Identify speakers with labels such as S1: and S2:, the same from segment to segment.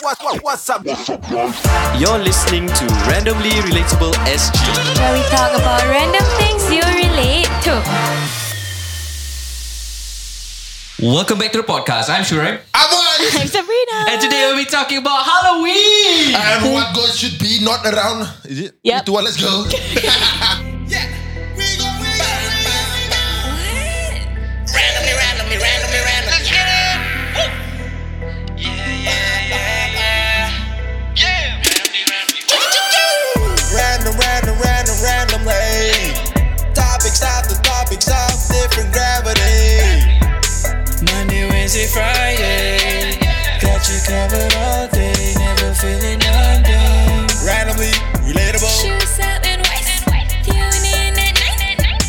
S1: What, what, what's up?
S2: You're listening to Randomly Relatable SG.
S3: where we talk about random things you relate to.
S4: Welcome back to the podcast. I'm Shurem.
S5: Avan!
S3: I'm Sabrina.
S4: And today we'll be talking about Halloween.
S6: Uh,
S5: And what God should be not around. Is it?
S3: Yep.
S5: Two, one, let's go.
S7: randomly, randomly, randomly, randomly. Yeah. Woo. Yeah, yeah, yeah, yeah. Yeah. Randomly, randomly.
S6: Random, random, random, randomly. Topics after topics of different gravity. Monday, Wednesday, Friday. Got you covered all day. Never feeling under. Randomly, relatable.
S3: Shoes up and white. Tune in at night.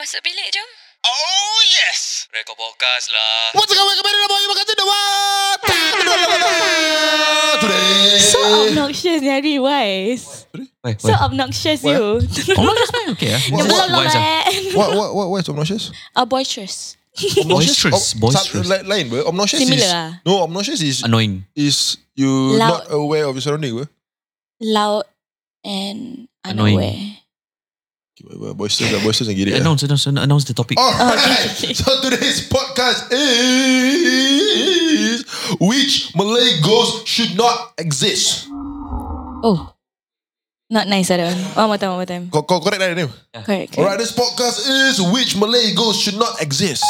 S3: Masuk bilik jom.
S7: Oh yes. Rekod podcast lah.
S5: What's up, welcome back to the boy, you welcome to the world. Today.
S8: So obnoxious, Neri. Why?
S4: Eh. Wait, Oh,
S8: So obnoxious, you.
S4: okay.
S5: What- what-
S8: Why?
S5: What, what, what, what's obnoxious?
S8: Boisterous.
S4: Boisterous, boisterous.
S5: Like, lain, bro. Obnoxious
S8: Similar
S5: is...
S8: ah.
S5: No, obnoxious is...
S4: Annoying.
S5: Is you
S8: Loud.
S5: not aware of your surrounding, bro.
S8: Loud and
S4: Annoying.
S8: unaware.
S5: Okay, well, Boisterous, lah, boisterous and get it. lah.
S4: Announce, announce, announce the topic.
S8: Oh,
S5: Alright, so today's podcast is which Malay ghosts should not exist.
S8: Oh. Not nice at all. One more time, one more time.
S5: Co- co- correct that name.
S8: Correct,
S5: Alright,
S8: correct.
S5: this podcast is which Malay ghosts should not exist.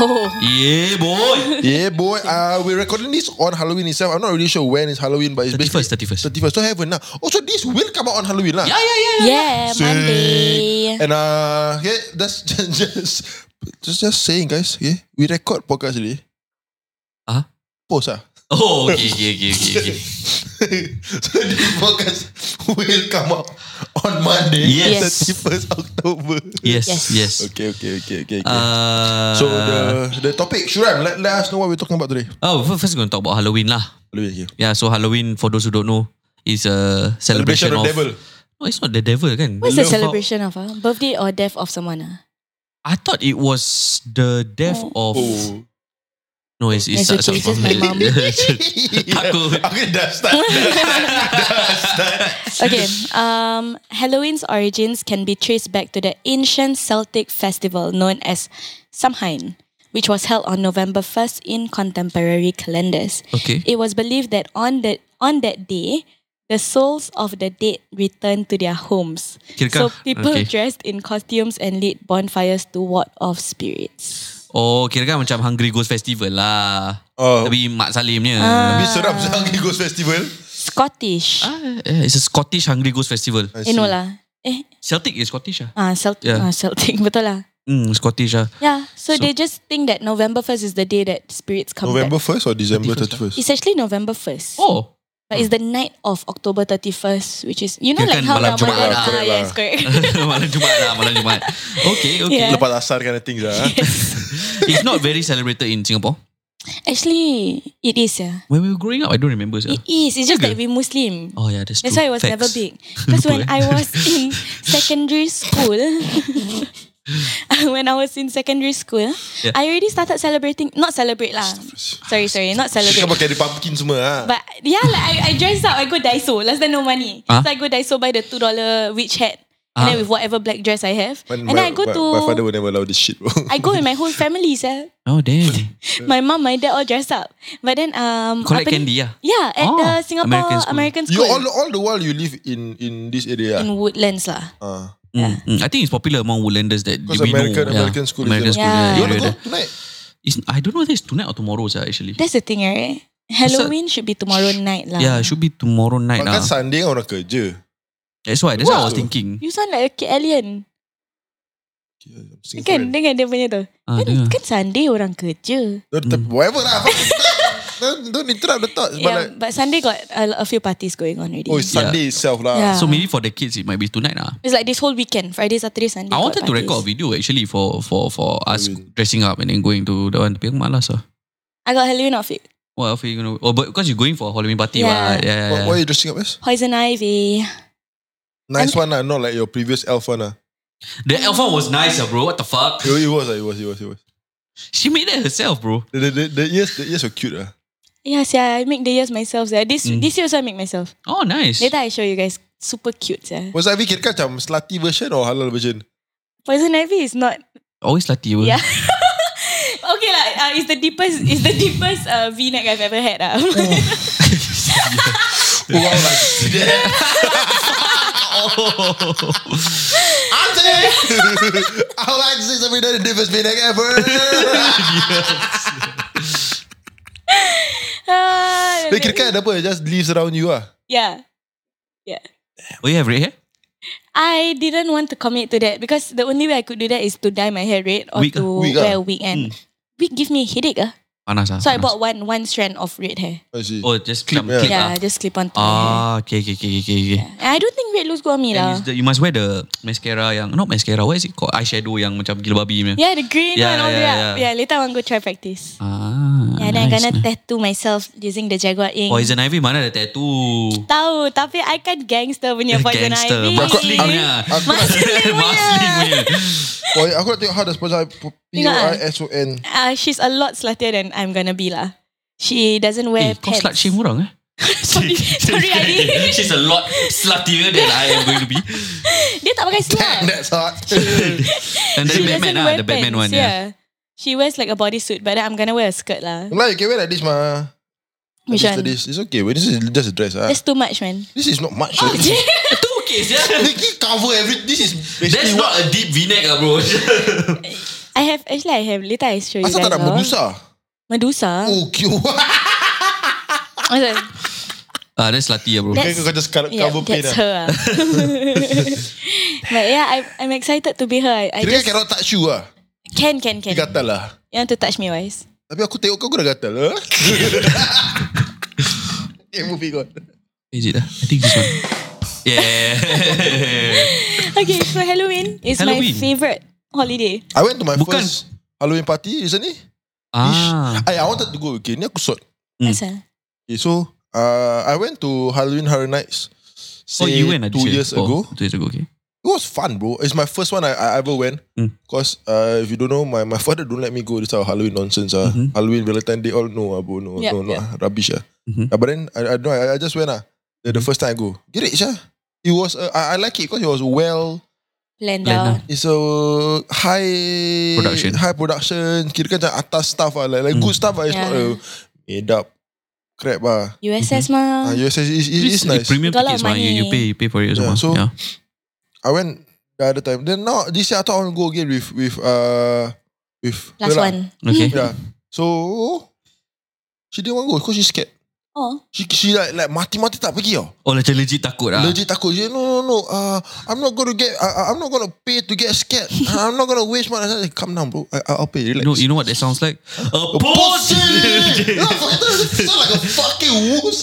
S8: Oh.
S4: Yeah, boy.
S5: yeah, boy. Uh, we're recording this on Halloween itself. I'm not really sure when is Halloween, but it's
S4: 31st,
S5: basically
S4: 31st.
S5: 31st. So heaven now. Also, this will come out on Halloween, lah.
S4: Yeah, yeah, yeah.
S8: Yeah,
S5: Sick.
S8: Monday.
S5: And uh, yeah, that's just just just, just saying, guys. Yeah, we record podcast today.
S4: Uh-huh.
S5: Post ah.
S4: Oh, okay, okay, okay, okay. okay.
S5: so this podcast will come out on Monday,
S4: Yes.
S5: 31st October.
S4: Yes, yes.
S8: Yes.
S5: Okay, okay, okay, okay. okay.
S4: Uh,
S5: so the the topic, Shuram, let, let us know what we're talking about today.
S4: oh, fir- first we're going to talk about Halloween lah.
S5: Halloween, okay.
S4: Yeah, so Halloween, for those who don't know, is a celebration,
S5: Celebration of the devil.
S4: No, it's not the devil, kan?
S8: What's the
S4: It's about-
S8: celebration of? ah? Birthday or death of someone? ah?
S4: I thought it was the death of...
S5: Oh.
S4: No, it's, it's,
S8: It's okay, it's just my mum.
S4: Aku-
S5: Okay, Oh. dah start. dah start.
S8: Okay. Um, Halloween's origins can be traced back to the ancient Celtic festival known as Samhain, which was held on November 1st in contemporary calendars.
S4: Okay.
S8: It was believed that on that on that day, the souls of the dead returned to their homes.
S4: Kirakan-
S8: So people
S4: okay.
S8: dressed in costumes and lit bonfires to ward off spirits.
S4: Oh, kira kan macam Hungry Ghost Festival lah.
S5: Oh.
S4: Tapi Mat Salim ni.
S8: Ah.
S5: Tapi seram sekarang pergi Ghost Festival.
S8: Scottish.
S4: Ah, eh, it's a Scottish Hungry Ghost Festival.
S8: eh no lah. Eh,
S4: Celtic is Scottish ah.
S8: ah, Celtic,
S4: Yeah.
S8: ah, Celtic, betul lah.
S4: Hmm, Scottish ah.
S8: Yeah, so,
S4: So-
S8: they just think that November 1st is the day that spirits come
S5: November 1st
S8: back.
S5: or December
S4: 31st?
S5: 31st?
S8: It's actually November 1st.
S4: Oh.
S8: But it's the night of October 31st, which is, you know,
S4: Kira
S8: like
S4: kan
S8: how
S4: malam Jumaat
S8: Ramadan.
S4: lah,
S8: ah,
S5: correct lah.
S8: yes, correct.
S4: malam Jumaat lah, malam Jumaat. Okay, okay.
S8: Yeah.
S5: Lepas asar kind of things lah. ah.
S4: It's not very celebrated in Singapore.
S8: actually, it is, yeah.
S4: When we were growing up, I don't remember. Sir.
S8: It is. It's just
S4: Okay.
S8: that we're Muslim.
S4: Oh yeah, that's true.
S8: That's why it was
S4: Facts.
S8: never big. Because when
S4: Lupa, eh?
S8: I was in secondary school, when I was in secondary school,
S4: Yeah.
S8: I already started celebrating. Not celebrate lah. Sorry, sorry. Not
S5: Kau
S8: celebrate.
S5: pakai ada pumpkin semua ah.
S8: But yeah, like I, I dress up. I go Daiso. Last time no money.
S4: Huh?
S8: So I go Daiso buy the two dollar witch hat.
S4: Ah.
S8: And then with whatever black dress I have.
S5: But
S8: and then I go
S5: but-
S8: to
S5: My father would never allow this shit. bro.
S8: I go with my whole family, sir.
S4: Oh damn.
S8: My mom, my dad all dress up. But then um
S4: Collect
S8: apa ni?
S4: candy lah.
S8: Yeah, at
S4: Oh,
S8: the Singapore
S4: American
S8: American
S4: school.
S8: school.
S5: you all all the while you live in in this area.
S8: in Woodlands lah.
S5: Ah.
S4: Mm, mm. I think it's popular among Woodlanders that we
S5: Because American-
S4: know. yeah.
S5: American school is
S4: American
S5: there.
S4: school.
S8: Yeah.
S4: Yeah.
S5: You want to
S4: area
S5: go
S4: there.
S5: tonight?
S4: It's, I don't know whether it's tonight or tomorrow, sir, actually.
S8: That's the thing, right? Halloween should be tomorrow night lah.
S4: Yeah, it should be tomorrow night.
S5: But kan
S4: lah.
S5: Sunday kan orang kerja.
S4: That's why. That's what I was
S5: Wow.
S4: thinking.
S8: You sound like a kid alien. Kan
S5: Singaporean.
S8: dengan dia punya tu.
S4: Ah,
S8: Kan,
S4: dengar.
S8: kan Sunday orang kerja.
S5: Don't-
S4: Mm.
S5: Whatever lah. fuck it. Don't- Don't interrupt the thoughts. But
S8: yeah,
S5: like,
S8: but Sunday got a, a few parties going on already.
S5: oh, it's Sunday itself lah.
S8: Yeah.
S4: So maybe for the kids, it might be tonight. lah.
S8: It's like this whole weekend, Friday, Saturday, Sunday.
S4: I
S8: got
S4: wanted to
S8: parties.
S4: record a video actually for for for us dressing up and then going to the one. Tapi aku malas lah.
S8: I got Halloween outfit.
S4: What if you gonna? Oh, but because you're going for a Halloween party,
S8: Yeah.
S4: right? Yeah, yeah,
S5: What, what
S4: yeah.
S5: are you dressing up as?
S8: Poison Ivy.
S5: Nice one lah, not like your previous elf one lah.
S4: The elf one was nice, ah, bro. What the fuck?
S5: It, was- it was, lah, it was, it was, it was.
S4: She made that herself, bro.
S5: The, the, the, the ears, the ears were cute lah.
S8: Yeah, see, I make the years myself. sia. This
S4: Mm.
S8: this year also I make myself.
S4: Oh, nice.
S8: Later I show you guys. Super cute. sia.
S5: Was I fikir kan macam slutty version or halal version?
S8: Poison Ivy is not.
S4: Always latih.
S8: Yeah. okay lah. Uh, it's the deepest. It's the deepest uh, V neck I've ever had. ah.
S5: Wow lah. Auntie! I would like to see something that the difference been like ever.
S8: Ah,
S5: Dia kira kan apa? Just leaves around you ah.
S8: yeah.
S4: Oh, you have red hair?
S8: I didn't want to commit to that because the only way I could do that is to dye my hair red or
S4: Wig ah. Mm.
S8: to
S5: Wig ah.
S8: wear a wig and wig give me a headache. ah.
S4: Panas lah.
S8: So I
S4: panas.
S8: bought one one strand of red hair.
S5: I see.
S4: Oh, just clip.
S5: Clip,
S4: clip
S8: Yeah,
S4: lah.
S8: just clip on to my hair.
S4: Ah, okay, okay, okay, okay. okay.
S8: And I don't think red looks good on
S4: And
S8: me lah.
S4: it's the, you must wear the mascara yang not mascara. What is it called? Eyeshadow yang macam gila babi punya.
S8: Yeah, the green
S4: Yeah,
S8: one all
S4: yeah,
S8: the way up.
S4: yeah.
S8: Yeah, later I want to go try practice.
S4: Ah,
S8: yeah,
S4: nice,
S8: then I'm gonna
S4: nice.
S8: tattoo myself using the Jaguar ink.
S4: Poison Ivy mana ada tattoo?
S8: Tahu, tapi I kan gangster punya Poison
S4: Gangster.
S8: Ivy.
S4: Muslim punya.
S8: Muslim punya.
S4: Muslim punya. Eh,
S5: Oh, aku nak tengok how does Poison P-O-I-S-O-N.
S8: Uh, she's a lot sluttier than I'm gonna be lah. She doesn't
S4: Eh,
S8: wear
S4: kau
S8: pants.
S4: slut shame orang eh?
S8: sorry, sorry Adi.
S4: She's a lot sluttier than I am going to be.
S8: Dia tak pakai
S5: Damn,
S8: slut.
S5: that's hot.
S4: And then Batman
S8: She doesn't
S4: lah,
S8: wear
S4: the Batman
S8: pants,
S4: one. Yeah.
S8: She wears like a bodysuit but then I'm gonna wear a skirt lah.
S5: Like, you can wear like this, ma. Like this,
S8: Which one?
S5: like this. It's okay. But this is just a dress. Ah.
S8: That's too much man.
S5: This is not much. Oh,
S8: Ah,
S5: this,
S4: Itu okay sia.
S5: this cover everything. This is basically what.
S4: not a deep V-neck lah bro.
S8: I have actually I have later I show you
S5: Asal
S8: guys.
S5: tak nak
S8: lah.
S5: berbusa?
S8: Medusa.
S5: Oh, cute.
S8: I was like,
S4: Ah, that's slutty lah bro.
S8: That's-
S5: Kau just cover
S8: yeah,
S5: pain
S8: that's
S5: lah.
S8: her. ah. but yeah, I, I'm excited to be her. I, I
S5: Kira kan
S8: just
S5: cannot touch you lah.
S8: can can can.
S5: Dia gatal lah.
S8: You want to touch me, wise?
S5: Tapi aku tengok kau, kau dah gatal. eh? Huh? okay, moving on.
S4: Is it ah? I think this one. Yeah.
S8: Okay, so Halloween is
S4: Halloween.
S8: my favorite holiday.
S5: I went to my
S4: Bukan.
S5: first Halloween party recently.
S4: ah.
S5: Eh, I, I wanted to go again. Ni aku sort.
S4: Hmm.
S8: Asal?
S5: Okay, so uh, I went to Halloween Horror Nights. Say
S4: Oh, you went ah, this
S5: two
S4: year?
S5: years
S4: Oh,
S5: ago.
S4: Two years ago, okay.
S5: It was fun, bro. It's my first one I, I ever went.
S4: Mm.
S5: Cause uh, if you don't know, my, my father don't let me go this type of Halloween nonsense. Uh.
S4: Mhm.
S5: Halloween, Valentine Day, all no, uh, bro, no,
S8: Yeah,
S5: no, no,
S8: yeah.
S5: ah, rubbish. Uh.
S4: Mhm.
S5: Uh, but then I, I don't know, I, I just went. Uh. The, the
S4: Mm-hmm.
S5: first time I go, get it, yeah. It was uh, I, I like it because it was well.
S8: Plan
S4: Plan lah.
S8: down.
S5: It's a high
S4: Production.
S5: high production. Kira kan macam atas stuff ah, like, like
S4: Mm.
S5: good stuff ah. It's
S8: Yeah. Uh,
S5: not a made up crap ah.
S8: USS
S4: Mm-hmm.
S5: Ah,
S8: mah.
S5: yes, yes, it, it
S4: It's
S5: is nice.
S4: Premium
S8: Got a lot
S4: tickets
S8: of
S4: mah. You, you
S8: money.
S4: pay you pay for it as
S5: Yeah,
S4: well.
S5: so-
S4: yeah.
S5: I went the other time. Then now this year I thought I want to go again with with uh with
S8: Last
S5: Bella.
S8: one.
S4: Okay.
S5: Yeah. So she didn't want to go because she's scared.
S8: Oh.
S5: She she like like mati mati tak pergi tau.
S4: Oh, macam legit takut lah.
S5: Legit takut. She no no no. Uh, I'm not gonna get. Uh, I'm not gonna pay to get scared. Uh, I'm not gonna waste money. I said, calm down, bro. I, I'll pay.
S4: You
S5: Relax.
S4: know, you know what that sounds like? A
S5: Pussy!
S4: pussy!
S5: no, fuck, that sound like a fucking wuss.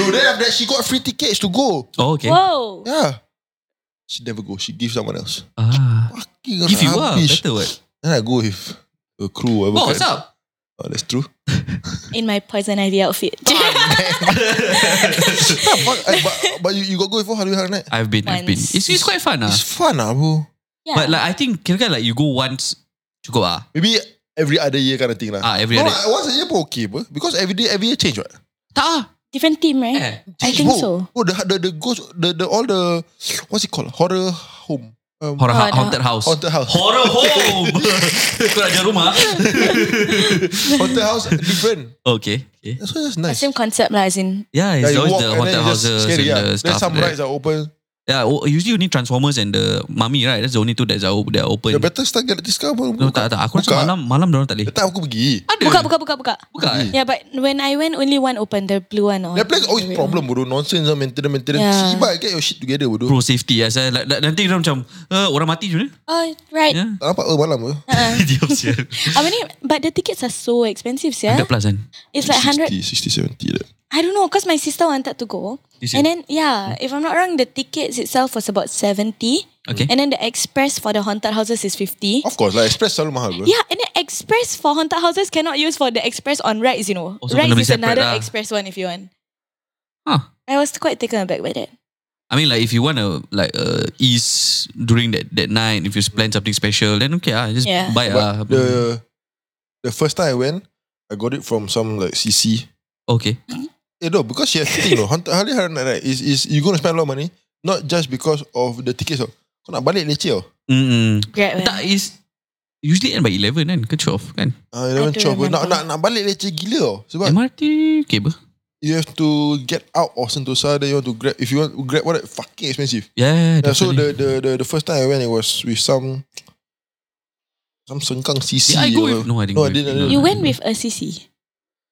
S5: no, then after that, she got free tickets to go.
S4: oh, okay.
S8: Whoa.
S5: Yeah. She never go. She give someone else.
S4: Ah.
S5: Fucking
S4: Give you up.
S5: rubbish.
S4: Better what?
S5: Then I go with a crew. Whatever
S4: Oh, what's
S5: kind.
S4: up?
S5: Oh, that's true.
S8: In my Poison Ivy outfit.
S5: Nah, fuck, I- but but you, you got go before Halloween Horror Night.
S4: I've been, I've been.
S8: Once.
S4: It's, it's quite fun ah.
S5: It's fun ah, bro.
S8: yeah.
S4: But like, I think kira like you go once, cukup ah.
S5: Maybe every other year kind of thing lah.
S4: Ah, every
S5: no,
S4: other.
S5: like, once a year pun okay pun. Because every day, every year change what?
S4: Tak ah.
S8: Different team, right?
S4: Eh.
S8: I
S5: Change,
S8: think
S5: bro.
S8: so.
S5: Bro, the, the, the ghost, the, the, all the, what's it called? Horror home. Um,
S4: Horror, ha-,
S8: Oh, no.
S4: haunted house.
S5: Haunted house.
S4: Horror home. Kau nak jalan rumah?
S5: Haunted house, different.
S4: Okay. okay.
S5: That's why that's
S8: The
S5: nice.
S8: same concept lah, as in.
S4: Yeah,
S5: Yeah,
S4: it's
S5: you
S4: always
S5: walk
S4: the
S5: and
S4: haunted
S5: then it's just
S4: houses and
S5: scary, yeah.
S4: the
S5: Then
S4: stuff.
S5: some
S4: like
S5: rides are open.
S4: that. Yeah, oh, usually only Transformers and the Mummy, right? That's the only two that's are, that are
S5: The
S4: open.
S5: Battle Star Galactica pun
S4: No, tak, tak. Aku rasa
S5: Ya, Buka.
S4: malam, malam diorang tak boleh.
S5: That time aku pergi.
S4: Ada.
S8: Buka, buka, buka, buka.
S4: Buka eh?
S8: Yeah, but when I went, only one opened, the blue one. or
S5: That place always
S8: the
S5: oh,
S8: red
S5: problem bro. Nonsense lah, maintenance, maintenance.
S8: Yeah.
S5: Sibat, get your shit together bodoh.
S4: Pro safety lah. Saya, like, like, nanti diorang macam, uh, orang mati je ni.
S8: one. Oh, right.
S4: Yeah.
S5: Tak nampak ke malam ke?
S8: Ha, Eh.
S4: Diam sia.
S8: I mean, but the tickets are so expensive, yeah.
S4: 100 plus kan?
S8: It's like 100.
S5: 60, 70 lah.
S8: I don't know, because my sister wanted to go.
S4: Is it?
S8: And then, yeah, if I'm not wrong, the tickets itself was about 70.
S4: Okay.
S8: And then the express for the haunted houses is 50.
S5: Of course lah, express selalu mahal bro.
S8: Yeah, and then express for haunted houses cannot use for the express on rides, you know.
S4: Oh, so kena
S8: rides
S4: beli
S8: is another
S4: separate lah.
S8: express one if you want.
S4: Huh.
S8: I was quite taken aback by that.
S4: I mean, like if you want to like uh, ease during that that night, if you plan something special, then okay ah, just
S8: Yeah.
S4: buy
S5: But
S4: ah.
S5: the, the first time I went, I got it from some like CC.
S4: Okay.
S5: Eh, no, because she has the thing, no. Hantar hari hari night, right, is, is you going to spend a lot of money, not just because of the tickets. Oh. Kau nak balik leceh, oh.
S4: Mm-mm.
S8: Grab eh.
S4: Tak is usually end by 11 kan ke 12 kan.
S5: Ah, 11,
S8: I don't
S5: 12. Nak,
S8: remember.
S5: nak, nak balik leceh gila, oh. Sebab
S4: MRT cable.
S5: you have to get out of Sentosa, then you want to grab, if you want to grab, what, fucking expensive.
S4: Yeah,
S5: Yeah, so the,
S4: definitely.
S5: the the the first time I went, it was with some some sengkang CC.
S4: Did I go
S5: or-
S4: with? No, I didn't.
S5: E No,
S4: go
S5: I didn't, I didn't.
S8: You went with a CC.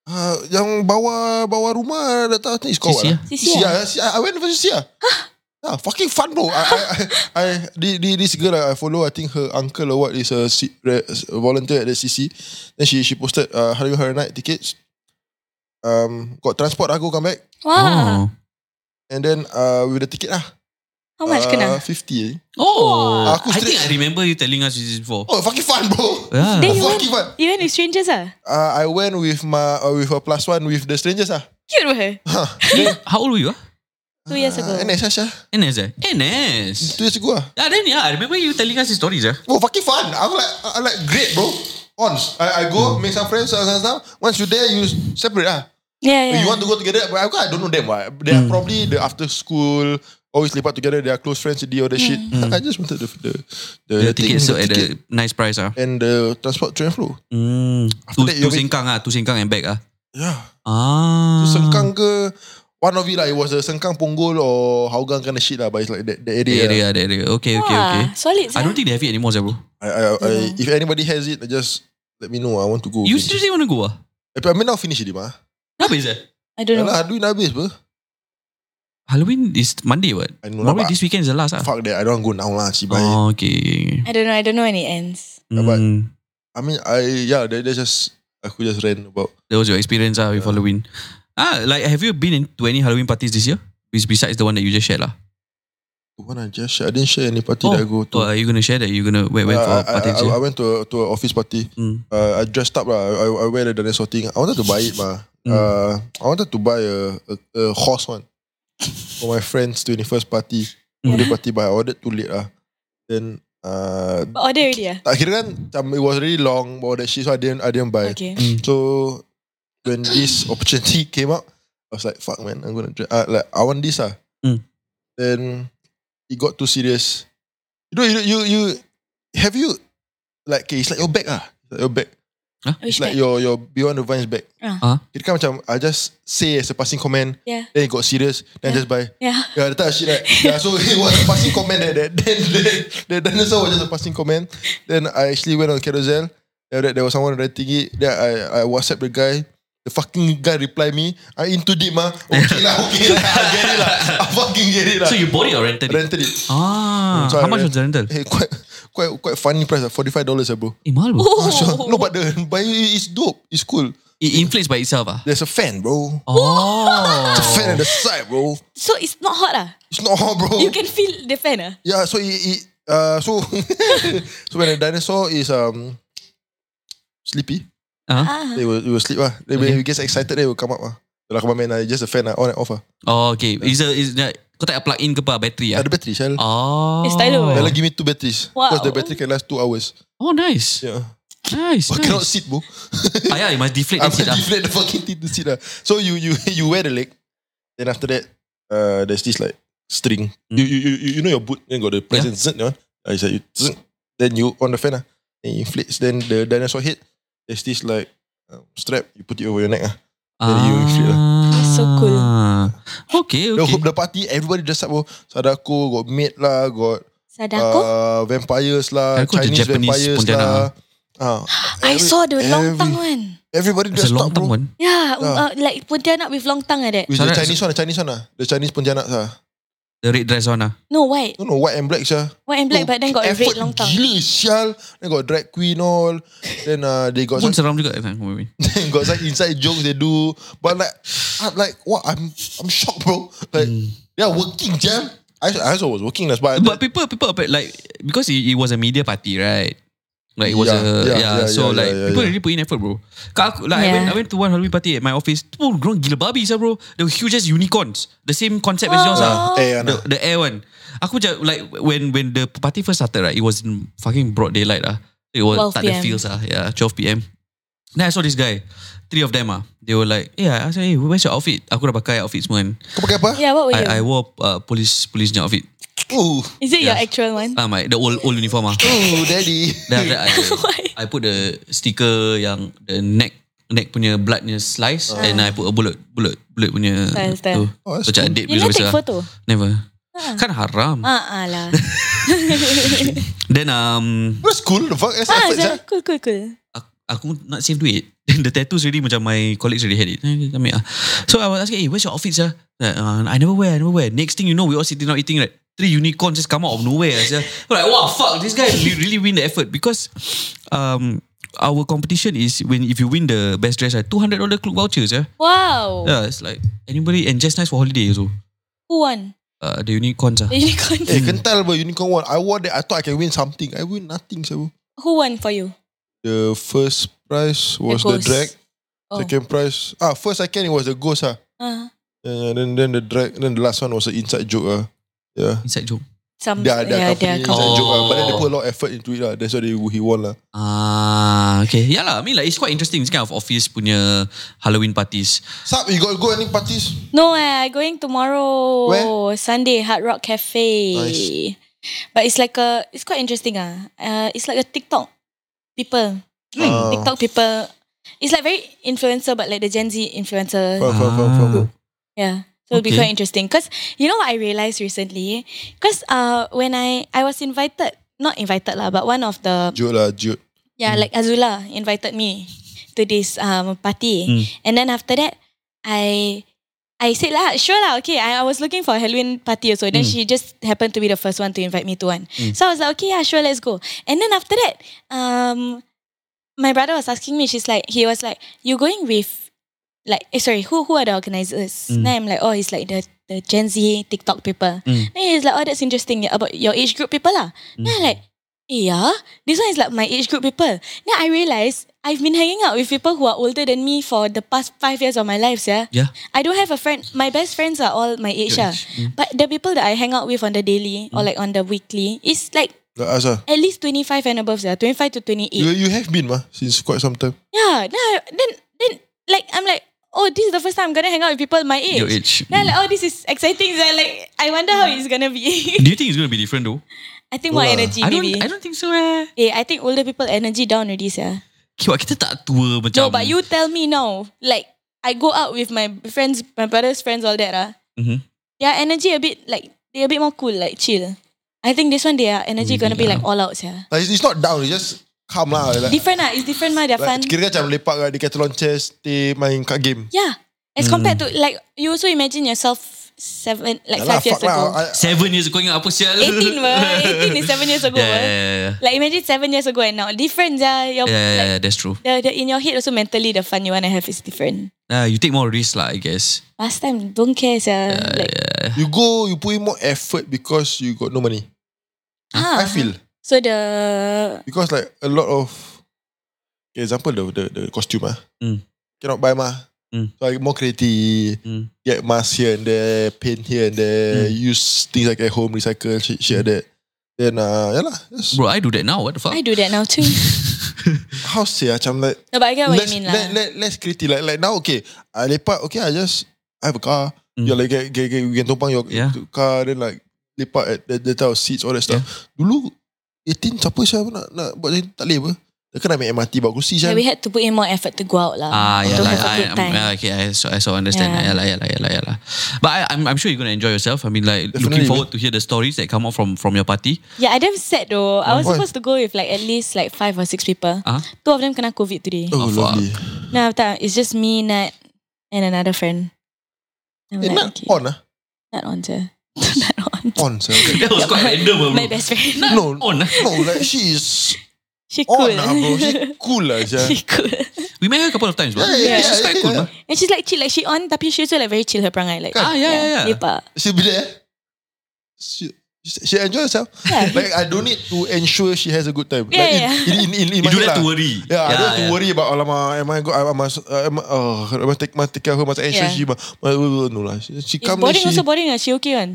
S5: Ah, yang bawa bawa rumah datang ni kau.
S4: CC,
S5: lah.
S4: ah?
S8: CC,
S5: CC,
S8: ah?
S5: ah, CC, I went for CC. ah. Ah, fucking fun bro. I, I, I, I the, the, this girl ah, I follow, I think her uncle or what is a, C- re- a volunteer at the CC. Then she she posted uh, hari hari night tickets. Um, got transport aku come back,
S8: Wow.
S4: Oh.
S5: and then uh with the ticket lah.
S8: How much
S4: Uh,
S8: kena?
S5: Fifty. Eh.
S4: Oh,
S5: Aku
S4: I
S5: straight-
S4: think I remember you telling us this before.
S5: Oh, fucking fun bro.
S4: Yeah.
S8: Then you went,
S5: fucking fun.
S8: you went with strangers ah?
S5: uh, I went with my uh, with a plus one with the strangers ah.
S8: Cute eh? were.
S4: How old were you? Ah?
S8: Two years ago.
S5: Uh, NS Asha.
S4: NS eh? NS.
S5: Two years ago ah.
S4: Yeah, then yeah, I remember you telling us the stories ah.
S5: Oh fucking fun. I'm like I'm like great bro. Ons. I, I go make some friends some, some, some. Once you there you separate ah.
S8: Yeah, yeah.
S5: You want to go together but I, I don't know them what. They are probably the after school always lepak together. They are close friends. They all the shit. I just wanted the the the,
S4: The
S5: thing,
S4: tickets so
S5: the
S4: at a
S5: ticket
S4: nice price ah.
S5: and the transport train flow.
S4: Mm.
S5: After
S4: Two,
S5: that, you
S4: two
S5: make-
S4: sengkang ah, two sengkang and back ah.
S5: Yeah.
S4: Ah.
S5: So Sengkang ke one of it lah. It was the Sengkang Punggol or Hougang kind of shit lah. But it's like that, that
S4: The
S5: area.
S4: area, the area. Okay, okay, okay.
S8: Wah, Solid
S4: I
S8: sia.
S4: don't think they have it anymore, sir, bro.
S5: I, I, I, if anybody has it, just let me know. I want to go.
S4: You
S5: again.
S4: seriously want to go ah?
S5: Tapi I mean now finish it, mah.
S4: Habis eh?
S8: I don't know.
S5: Yalah, duit dah habis, bro.
S4: Halloween is Monday what?
S5: I know lah,
S4: Probably
S5: but-
S4: this weekend is the last ah.
S5: Fuck that. I don't want to go now lah, cibai.
S4: Oh, okay.
S8: I don't know. I don't know when it ends.
S5: Yeah, but-
S4: Mm.
S5: I mean, I yeah, that, that's just aku just rant about.
S4: That was your experience ah, with
S5: Yeah.
S4: Halloween. Ah, like have you been in, to any Halloween parties this year? Bes- Besides the one that you just shared lah.
S5: The one I just shared. I didn't share any party
S4: Oh,
S5: that I go to. Uh,
S4: So are you gonna share that you gonna wait,
S5: I,
S4: wait for
S5: I,
S4: a party
S5: I,
S4: this
S5: I, I
S4: year?
S5: went to a, to an office party.
S4: Mm.
S5: Uh, I dressed up lah. I, I wear the dinosaur thing. I wanted to buy it, mah.
S4: Mm.
S5: Uh, I wanted to buy a, a, a horse one for my friend's twenty first party.
S4: Mm.
S5: Birthday party, but I ordered too late lah. Then uh,
S8: But order already ah?
S5: Tak kira kan macam it was really long about that shit so I didn't I didn't buy.
S8: Okay.
S5: So when this opportunity came up, I was like fuck man, I'm gonna dra- uh, like I want this ah.
S4: Mm.
S5: Then it got too serious. You know you you you have you like okay, it's like your bag ah. It's Like your bag. it's
S8: Which
S5: like
S8: bag?
S5: your your beyond the vines bag.
S8: Ah.
S4: Ah.
S5: Kira kan macam I just say as a passing comment.
S8: Yeah.
S5: Then it got serious. Then I just buy.
S8: Yeah.
S5: Yeah, that type of Ya, shit, right? Yeah, so it was a passing comment there. Then, then, then the dinosaur was just a passing comment. Then I actually went on Carousel. Then there, there was someone writing it. Then I, I WhatsApp the guy. The fucking guy reply me. I into deep, ma. Okay lah, okay lah. I get it lah. I fucking get it lah.
S4: So you bought it or rented it?
S5: rented it.
S4: Ah,
S5: So
S4: how
S5: I
S4: much was
S5: rent-
S4: the rental?
S5: Hey, quite, quite, quite funny price. ah, Forty-five dollars, bro.
S4: Eh, mahal bro.
S5: Ah, sure. No, but the but it- it's dope. It's cool.
S4: It inflates by itself ah.
S5: There's a fan, bro.
S4: Oh.
S5: Fan at the side, bro.
S8: So it's not hot ah.
S5: It's not hot, bro.
S8: You can feel the fan ah.
S5: Yeah, Ya, so it, it uh so so when a dinosaur is um sleepy,
S4: Ah.
S8: Ah.
S5: they will it will sleep ah. They, When
S4: Okay.
S5: it gets excited, they will come up ah. Kalau kau main ah, just a fan ah, on and off ah.
S4: Oh, okay. Is a is that kau tak payah plug in ke apa bateri ah?
S5: Ada battery, Syal.
S4: Oh.
S8: It's stylo, eh?
S5: Bella give me two batteries.
S8: Wow.
S5: Because the battery can last two hours.
S4: Oh, nice.
S5: Yeah.
S4: Nice.
S5: But cannot
S4: nice.
S5: sit, bro.
S4: Ah, yeah, you must deflate
S5: I'm
S4: the seat
S5: gonna
S4: ah.
S5: deflate the fucking thing to sit ah. So you you you wear the leg, then after that, uh, there's this like string.
S4: Mm.
S5: You, you you you- you know your boot then got the present zit that one. I said you zit. then you on the fan ah, then it inflates. Then the dinosaur head. There's this like um, strap you put it over your neck ah. Then you inflate lah.
S8: That's so cool.
S4: Ah. Okay,
S5: The whole
S4: okay.
S5: the party everybody dress up. Oh, Sadako got maid lah, got
S8: Sadako.
S5: uh, vampires lah,
S4: Sadako the
S5: Chinese
S4: Japanese
S5: vampires
S4: pontianak
S5: lah. Ah,
S8: I
S5: every-
S8: saw the long
S5: every- Ah.
S8: tongue one.
S5: Everybody
S4: It's
S5: dressed
S4: a long
S5: up,
S4: tongue
S5: bro.
S4: one.
S8: Yeah,
S5: Yeah.
S8: Uh, like Pontianak with long tongue like that.
S5: With the
S4: Sarah-
S5: Chinese one, the Chinese one ah, the Chinese pontianak ah.
S4: The red dress one ah.
S8: No white,
S5: No, no, white and black, sure.
S8: white and black, but then got a
S5: Oh, effort
S8: red long tongue.
S5: Gila sial Then got drag queen all Then uh, they got
S4: Pun
S5: some,
S4: seram juga. eh, maybe.
S5: then got some inside jokes they do But like I'm like what I'm I'm shocked bro Like they are working jam I, I also was working that's why I-
S4: But people, people, but like because it, it was a media party, right? Like it was
S5: Yeah,
S4: a yeah,
S5: yeah, yeah,
S4: so
S5: yeah,
S4: like
S5: yeah,
S4: people
S5: yeah.
S4: really put in effort, bro. Kak aku, like I went
S8: Yeah.
S4: I went to one Halloween party at my office. Tu pun orang gila babi sah bro. The hugest unicorns, the same concept as yours ah.
S8: Oh.
S5: Eh,
S4: The,
S5: Ana.
S4: the air one. Aku macam like when when the party first started right, it was in fucking broad daylight ah. It was
S8: 12
S4: tak ada
S8: PM.
S4: feels ah. Yeah, 12 PM. Then I saw this guy. Three of them ah. They were like, yeah, I said, hey, where's your outfit? Aku dah pakai outfit semua kan.
S5: Kau pakai apa?
S8: Oh, Yeah, what were you?
S4: I, I wore uh, police police punya outfit.
S5: Ooh,
S8: Is it your
S4: yeah.
S8: actual one?
S4: Ah, my, the old old uniform ah.
S5: ooh, daddy.
S4: Then after that
S8: Why?
S4: I, I put the sticker yang the neck neck punya blood punya slice and I put a bullet bullet bullet punya
S8: Ah. Slice there.
S4: tu.
S5: Oh, that's
S4: Macam
S5: cool.
S4: date
S8: You never take photo?
S4: lah. Never. Kan haram.
S8: Ah, ah lah.
S4: Then um
S5: That's cool. The fuck? That's
S8: ah,
S5: efforts,
S8: so,
S5: eh?
S8: cool, cool, cool.
S4: aku, aku nak save duit. Then the tattoos already macam my colleagues already had it. Then kita Ambil, ah. So I was asking, hey, where's your outfit, sir? Like, uh, I never wear, I never wear. Next thing you know, we all sitting down eating right. Three unicorns just come out of nowhere. Sir. I'm like, wow, fuck, this guy really, really win the effort because um, our competition is when if you win the best dress, right, $200 club vouchers. Yeah.
S8: Wow.
S4: yeah, it's like anybody and just nice for holiday also.
S8: Who won?
S4: Uh, the unicorns. ah.
S8: The unicorn.
S5: Eh, kental bro, unicorn one. I wore that. I thought I can win something. I win nothing, sir.
S8: Who won for you?
S5: The first prize was the,
S8: ghost.
S5: drag.
S8: Oh.
S5: Second prize. Ah, first second it was the ghost ah.
S8: Ah,
S5: Yeah, yeah, then then the drag. Then the last one was the inside joke ah. Yeah.
S4: Inside joke.
S8: some.
S5: Their, their company
S8: Mm, yeah, their
S5: inside
S8: company.
S5: joke ah. But then they
S4: Oh.
S5: put a lot of effort into it lah. That's why they, he won lah.
S4: Ah, okay. Yeah lah. I mean, like it's quite interesting. This kind of office punya Halloween parties.
S5: Sub, you got to go any parties?
S8: No, eh, I going tomorrow.
S5: Where?
S8: Sunday, Hard Rock Cafe.
S5: Nice.
S8: But it's like a, it's quite interesting ah. Uh, it's like a TikTok people. Mm,
S5: Ah.
S8: TikTok people. It's like very influencer, but like the Gen Z influencer.
S5: Faham, faham, faham, faham.
S8: Mm. Yeah. So it'll be
S4: Okay.
S8: quite interesting. Because you know what I realized recently? Because uh, when I, I was invited, not invited lah, but one of the,
S5: Joke lah, joke.
S8: yeah,
S5: Hmm.
S8: like Azula invited me to this um, party.
S5: Hmm.
S4: Mm.
S8: And then after that, I I said lah, sure lah, okay. I, I was looking for a Halloween party also. Then she just happened to be the first one to invite me to one. So I was like, okay, yeah, sure, let's go. And then after that, um, my brother was asking me. She's like, he was like, you going with, like, eh, sorry, who who are the organizers? Then I'm like, oh, it's like the the Gen Z TikTok people. Then he's like, oh, that's interesting yeah, about your age group people lah. Then I'm like, eh, yeah, this one is like my age group people. Then I realized I've been hanging out with people who are older than me for the past five years of my life, yeah.
S4: Yeah.
S8: I don't have a friend. My best friends are all my age,
S4: Your
S8: ah.
S4: age, Mm.
S8: But the people that I hang out with on the daily or like on the weekly is like
S5: Like us ah.
S8: at least twenty five and above, yeah. Twenty five to twenty eight.
S5: You, you have been mah since quite some time.
S8: Yeah. Then, I, then then like I'm like, oh, this is the first time I'm gonna hang out with people my age.
S4: Your age. Mm.
S8: Then I'm like, oh, this is exciting. So I like, I wonder how it's gonna be.
S4: Do you think it's gonna be different though?
S8: I think more
S5: No lah.
S8: energy,
S4: I don't.
S8: maybe.
S4: I don't think so. Eh.
S8: Eh, I think older people energy down already, yeah.
S4: Kiwa kita tak tua macam.
S8: No, but you tell me now. Like I go out with my friends, my brother's friends, all that. Ah,
S4: Mhm.
S8: their energy a bit like they a bit more cool, like chill. I think this one their energy gonna be like all out, yeah.
S5: Like, it's, it's not down. It's just calm lah. Like,
S8: Different ah, it's different mah. They're fun.
S5: like, kira macam lepak kat Decathlon chairs, stay main card game.
S8: Yeah, as
S4: Mm.
S8: compared to like you also imagine yourself seven like
S5: Yalah,
S8: five years
S5: fuck lah.
S8: ago.
S5: I-
S4: Seven years kau ingat apa sial?
S8: 18 were 18 is 7 years ago eh.
S4: Yeah, yeah,
S8: were.
S4: yeah, yeah.
S8: Like imagine 7 years ago and now Different yeah,
S4: Yeah,
S8: your,
S4: yeah,
S8: like,
S4: yeah, that's true.
S8: the, the, In your head also mentally The fun you wanna have is different
S4: Uh, you take more risk lah, I guess. Uh,
S8: Last time don't care sia. like,
S5: You go, you put in more effort because you got no money.
S8: ah.
S5: I feel.
S8: So the
S5: Because like a lot of okay, example the the, the costume ah.
S4: Mm.
S5: Cannot buy mah.
S4: Mm.
S5: So I more creative.
S4: Mm.
S5: Get mask here and there, paint here and there, use things like at home, recycle, shit, shit like that. Then uh yeah lah. Just,
S4: Bro, I do that now. What the fuck?
S8: I do that now too
S5: how say ah, macam like
S8: No but I get what
S5: less,
S8: you mean lah
S5: let, let, less creative. Like like now okay, I lepak okay, I just I have a car. You're like get, get, get, you can tumpang your
S4: Mm. Yeah.
S5: car then like lepak at the, the type of seats all that stuff. Dulu 18 siapa siapa nak, nak buat macam tu? tak boleh apa. Dia kan ambil MRT buat kursi
S8: yeah,
S5: siapa.
S8: we had to put in more effort to go out lah
S4: Ah, yeah,
S8: To
S4: like,
S8: have a
S4: I,
S8: good
S4: I'm-
S8: time
S4: yeah, okay, I so, I so understand. Yeah.
S8: Yeah.
S4: lah, yeah, lah, yeah, lah, yeah, lah. But I, I'm, I'm sure you're gonna enjoy yourself. I mean, like looking
S5: Definitely,
S4: forward to hear the stories that come out from from your party.
S8: Yeah, I damn sad though I was
S5: Why?
S8: supposed to go with like At least like 5 or 6 people
S4: Ah.
S8: Two of them kena covid today
S5: Oh,
S4: Of
S5: lovely.
S8: No, after that, it's just me, Nat, and another friend. I'm
S5: Eh,
S8: like,
S5: not
S8: okay.
S5: on ah.
S8: Not on, sir. not on.
S5: On sir.
S4: That was quite random, ah, bro.
S8: My best friend.
S5: no.
S4: On. ah.
S5: No, like she is
S8: She eh? cool.
S5: on ah bro. She cool lah siapa.
S8: she cool.
S4: We met her a couple of times, bro.
S5: Yeah, yeah,
S4: She's
S5: yeah,
S4: quite cool,
S5: yeah.
S4: man.
S8: And she's like chill, like she on, tapi she also like very chill her perangai. Like,
S4: Ah, yeah, yeah, yeah.
S8: lepak.
S5: She be there. She she enjoy herself.
S8: Yeah.
S5: Like I don't need to ensure she has a good time.
S8: Yeah,
S5: like, in-
S8: yeah.
S5: In, in, in, in
S4: You
S5: my
S4: don't
S5: head
S4: have to
S5: lah.
S4: worry.
S5: Yeah, I don't have to worry about Alama. Am I go? I, I must. Uh, am, I- oh, I must take, must take care of her. Must ensure
S8: Yeah.
S5: she. Must, must, must, no lah. She, she
S8: It's
S5: come.
S8: boring
S5: she,
S8: also boring. ah. She okay one.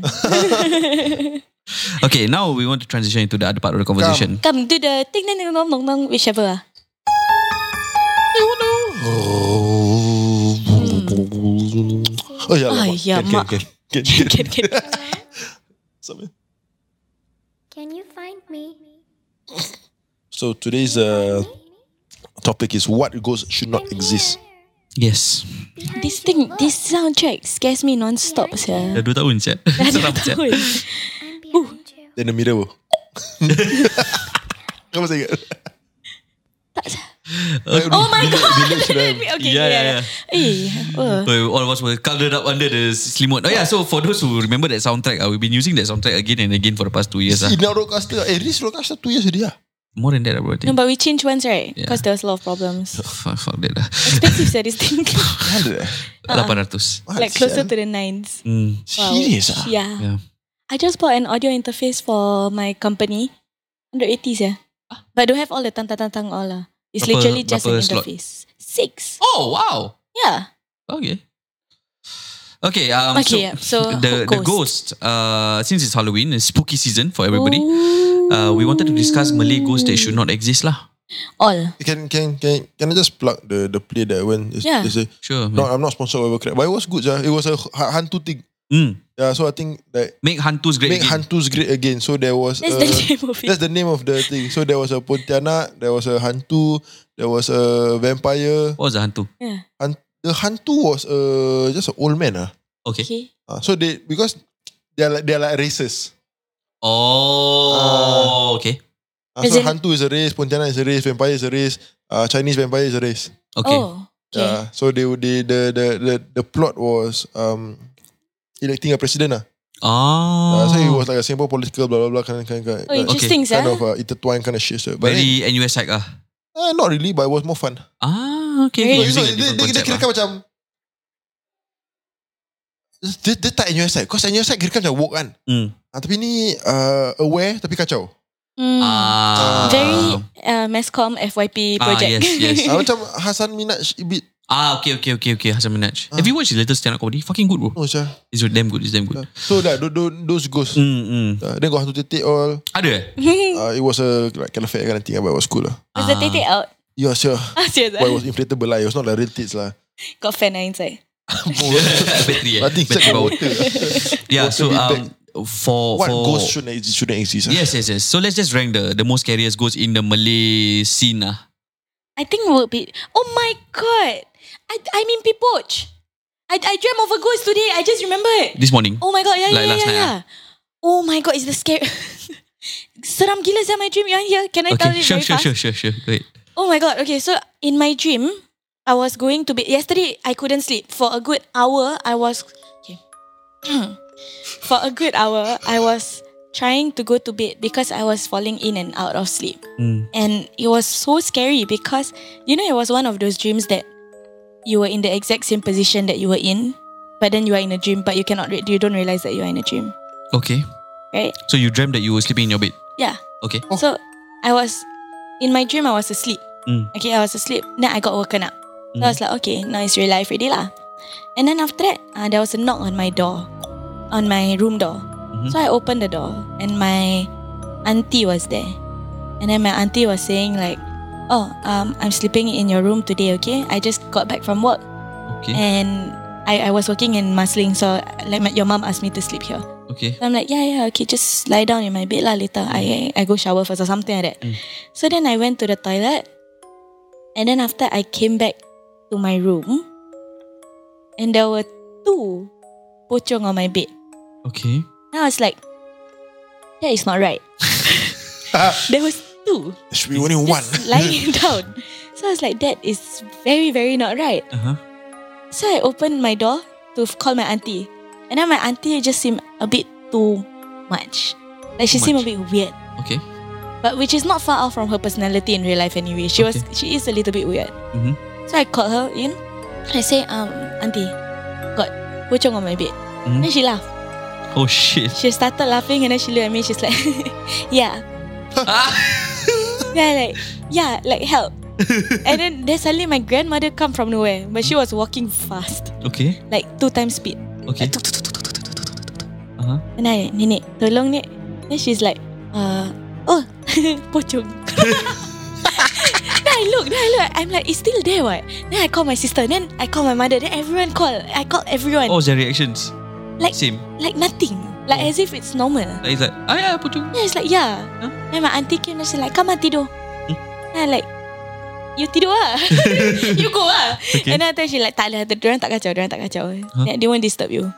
S4: Okay, now we want to transition into the other part of the conversation.
S8: Come do the thing, then dong dong dong, whichever. ah.
S4: Oh, no.
S5: Oh ya,
S8: Hmm. Ay, ya,
S5: Can,
S8: mak.
S5: can, can, can, can.
S8: Can- can-
S5: Sorry.
S1: Can you find me?
S5: So today's uh, topic is what goes should not exist.
S4: Yes.
S8: this thing, this soundtrack scares me non-stop.
S4: Dah
S8: Sia.
S4: dua tahun siap.
S8: Dah dua
S4: Seram siap.
S8: tahun.
S1: I'm behind you.
S5: Then the mirror. will- Kamu masih ingat?
S8: Oh my god!
S5: Bila sudah
S8: Okay, ya,
S4: Yeah,
S8: yeah, yeah.
S4: yeah,
S8: Eh, wah.
S4: So ya, all of us were covered up under the selimut. Oh yeah, so for those who remember that soundtrack, uh, we've been using that soundtrack again and again for the past two years. Uh.
S5: Si nak roadcaster Eh this roadcaster 2 years already ah. lah
S4: More than that, uh, bro. I
S8: No,
S4: think.
S8: but we changed once, right?
S4: Yeah.
S8: Because there was a lot of problems.
S4: Fuck, fuck that lah.
S8: Expensive, sia, this thing.
S5: 100 eh
S4: 800.
S5: What,
S8: like closer
S5: sia?
S8: to the nines.
S4: Mm,
S8: Wow.
S5: Serious ah
S8: Yeah.
S4: yeah.
S8: I just bought an audio interface for my company. 180 yeah. But I don't have all the tang tang tang tang all lah. It's
S4: Berapa-
S8: literally just an
S4: berapa slot?
S8: interface. Six.
S4: Oh wow.
S8: Yeah.
S4: Okay. Okay. Um,
S8: Okay, yeah. So,
S4: the the ghost. Uh, since it's Halloween, it's spooky season for everybody. Uh, we wanted to discuss Malay ghosts that should not exist lah.
S8: All.
S5: Can can can can I just plug the the play that I went? It's,
S8: Yeah.
S5: They say
S4: Sure.
S5: no, I'm not sponsored by crap, but it was good. Yeah. It was a ha- hantu thing.
S4: Mm.
S5: Yeah, so I think like
S4: Make hantus great
S5: make
S4: again.
S5: hantus great again. So there was
S8: That's
S5: a,
S8: the name of
S5: Uh, That's
S8: it.
S5: the name of the thing. So there was a Pontianak, there was a hantu, there was a vampire.
S4: what was the hantu?
S8: Yeah.
S5: The hantu was uh, just an old man. Ah,
S4: Okay.
S8: Okay.
S5: Ah, so they because they're like they're like races.
S4: Oh. okay.
S5: Ah,
S8: As
S5: so
S8: in-
S5: hantu is a race, Pontianak is a race, vampire is a race, uh, Chinese vampire is a race.
S4: Okay.
S8: Oh. Okay.
S5: Yeah. So they would- they the the the the plot was um electing a president ah.
S4: Oh.
S5: Uh, so it was like a Singapore political blah blah blah kind of kind, kind,
S8: Oh,
S5: like,
S8: interesting,
S5: kind
S8: sia.
S5: of uh, intertwined kind of shit. So. But
S4: very NUS like ah.
S5: then, uh, not really, but it was more fun.
S4: Ah, okay.
S8: Very-
S5: You know,
S4: Using a
S5: dia,
S4: different
S5: dia, dia
S4: concept
S5: kira
S4: lah.
S5: kan macam dia, dia tak NUS side Cause NUS side kira kan macam woke kan
S4: Mm.
S5: ah, Tapi ni uh, aware tapi kacau
S8: Mm.
S4: Ah.
S8: Very uh, Mescom FYP
S4: Ah,
S8: project.
S4: yes, yes.
S5: ah, Macam Hasan Minaj a bit
S4: Ah, okay, okay, okay, okay. Hasan Minaj.
S5: Ah.
S4: Have you watched his latest stand-up comedy? Fucking good, bro.
S5: No macam
S4: It's damn good. It's damn good.
S5: So that do, do, those ghosts
S4: Mm, mm.
S5: uh, Then got hantu titik all
S4: Ada eh?
S5: uh, It was a like, kind of fake kind of thing ah, But it was cool lah
S8: Was the tete out?
S5: Yeah sure
S8: Ah, serious,
S5: But it was
S8: ah?
S5: inflatable lah It was not like real tits lah
S8: Got fan ah inside.
S4: Battery eh?
S5: I
S4: Battery
S5: think check the
S4: power.
S5: water
S4: Yeah,
S5: Water
S4: so
S5: be
S4: um, for
S5: What
S4: for
S5: ghosts shouldn't exist, shouldn't exist ah.
S4: yes, yes, yes. So let's just rank the the most scariest ghosts in the Malay scene ah.
S8: I think would be. Oh my god! I I mean Pipoch. I I dream of a ghost today. I just remembered.
S4: This morning.
S8: Oh my god! Yeah,
S4: Like
S8: yeah,
S4: last
S8: yeah,
S4: night,
S8: yeah. Oh my god! It's the scare. Seram gila sia my dream. Yeah, yeah. Can I tell
S4: okay,
S8: you
S4: sure,
S8: very
S4: sure,
S8: fast?
S4: sure, sure, sure. Great.
S8: Oh my god! Okay, so in my dream, I was going to bed yesterday. I couldn't sleep for a good hour. I was okay. for a good hour, I was trying to go to bed because I was falling in and out of sleep.
S4: Mm.
S8: And it was so scary because, you know, it was one of those dreams that you were in the exact same position that you were in, but then you are in a dream, but you cannot, re- you don't realize that you are in a dream,
S4: Okay.
S8: right?
S4: So you dreamt that you were sleeping in your bed.
S8: Yeah.
S4: Okay.
S8: Oh. So I was, in my dream, I was asleep.
S4: Mm.
S8: Okay, I was asleep. Then I got woken up. So I was like, okay, now it's real life already lah. And then after that, uh, there was a knock on my door, on my room door. So I opened the door and my auntie was there. And then my auntie was saying like, oh, um, I'm sleeping in your room today, okay? I just got back from work
S4: Okay.
S8: and I, I was working in Masling, so like my, your mom asked me to sleep here.
S4: Okay.
S8: So I'm like, yeah, yeah, okay, just lie down in my bed lah later. I, I I go shower first or something
S4: Mm.
S8: like that. So then I went to the toilet. And then after I came back to my room. And there were two pochong on my bed.
S4: Okay.
S8: And I was like, that is not right. there was two
S5: There Should be only one
S8: just lying down. So I was like, that is very, very not right.
S4: Uh huh.
S8: So I opened my door to f- call my auntie. And then my auntie just seemed a bit too much. Like she
S4: Too
S8: seemed a
S4: much.
S8: bit weird.
S4: Okay.
S8: But which is not far off from her personality in real life anyway. She
S4: Okay.
S8: was she is a little bit weird.
S4: Mhm.
S8: So I called her in. I say, um, Auntie, got pochong on my bed.
S4: Mhm.
S8: Then she laughed.
S4: Oh shit.
S8: She started laughing and then she looked at me, she's like, Yeah. then I like, yeah, like help. and then then suddenly my grandmother come from nowhere, but she was walking fast.
S4: Okay.
S8: Like two times speed.
S4: Okay. Uh huh.
S8: And I nenek tolong nek Then she's like uh, Oh Pocong Then I look, then I look, I'm like, it's still there, what? Then I call my sister, then I call my mother, then everyone call. I call everyone.
S4: What was Oh, their reactions?
S8: like,
S4: Same.
S8: like nothing. Like as if it's normal.
S4: Like, it's like, ah yeah, putu.
S8: Then it's like, yeah.
S4: Huh? Hmm?
S8: Then my auntie came and she's like, come on, tidur. Then I'm like, you tidur ah. you go ah.
S4: Okay.
S8: And then after she like, tak ada, diorang tak kacau, diorang tak kacau. Then They won't disturb you.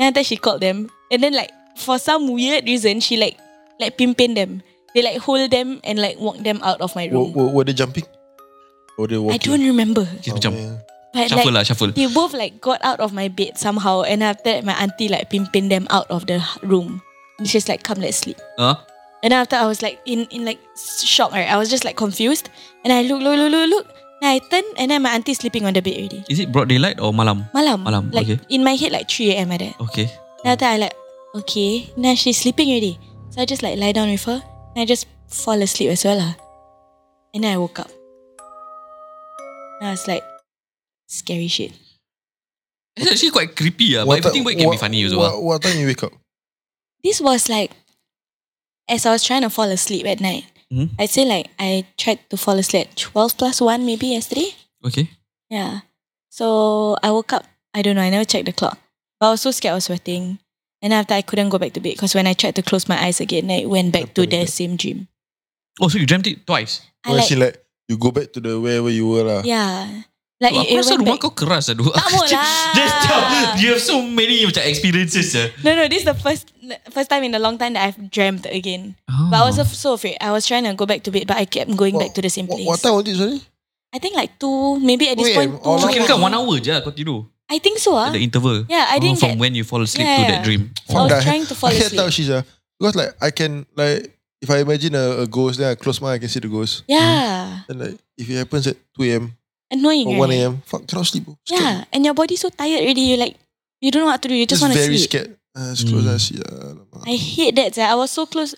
S8: Then after she called them. And then like, for some weird reason, she like, like pimpin them. They like hold them and like walk them out of my
S5: Were,
S8: room.
S5: were, were they jumping? Or they
S8: I
S5: walking?
S8: don't remember.
S5: Oh,
S4: Kita macam uh,
S8: But
S4: shuffle
S8: like,
S4: lah, shuffle.
S8: they both like got out of my bed somehow. And after that, my auntie like pimpin them out of the room. And she's like, come, let's sleep.
S4: Huh?
S8: And then after I was like in in like shock, right? I was just like confused. And I look, look, look, look, look. Then I turn and then my auntie sleeping on the bed already.
S4: Is it broad daylight or malam?
S8: Malam.
S4: Malam,
S8: Like
S4: okay.
S8: in my head like 3 a.m. like that.
S4: Okay.
S8: Then after I like, okay. Now she's sleeping already. So I just like lie down with her. And I just fall asleep as well. lah. And then I woke up. And I was like, scary shit.
S4: It's actually quite creepy ah, but I think it can be funny also. ah.
S5: What, what time you wake up?
S8: This was like, as I was trying to fall asleep at night.
S4: Mhm.
S8: I'd say like, I tried to fall asleep at 12 plus 1 maybe yesterday.
S4: ah. Okay.
S8: Yeah. So I woke up. I don't know. I never checked the clock. But I was so scared I was sweating. And after I couldn't go back to bed because when I tried to close my eyes again, I went back to the same dream.
S4: Oh, so you dreamt it twice?
S8: I
S5: Or
S8: like,
S5: Oh, she like, you go back to the where, where you were lah.
S8: yeah. Like
S4: Aku
S8: it, it
S4: rasa
S8: went
S4: rumah
S8: back.
S4: kau keras lah dua.
S8: Tak mahu lah.
S4: Just tell. You have so many macam experiences ah.
S8: No, no. This is the first first time in a long time that I've dreamt again. But I was af- so afraid. I was trying to go back to bed, but I kept going back to the same
S5: What,
S8: place.
S5: what time was it, sorry?
S8: I think like two, maybe at this
S5: Wait, oh,
S8: point.
S5: all
S4: So
S8: two.
S4: kira kan one hour je lah kau tidur.
S8: I think so. Ah.
S4: At the interval.
S8: Yeah, I didn't
S4: oh, From
S8: get-
S4: when you fall asleep to
S8: Yeah, yeah. Oh,
S4: that dream.
S8: I was
S5: Fuck that.
S8: trying to fall
S5: I can't
S8: asleep.
S5: tell she's a because like I can like if I imagine a, a ghost then I close my eye I can see the ghost
S8: Yeah.
S5: and like if it happens at two a.m.
S8: Annoying.
S5: or one
S8: right?
S5: a.m. Fuck cannot sleep. Bro. Scared.
S8: Yeah, and your body's so tired already. You like, you don't know what to do. You
S5: just,
S8: just, want to
S5: very
S8: sleep.
S5: scared. Uh, just close
S4: Mm.
S5: eyes. see. ah, alamak.
S8: I hate that. sia. I was so close.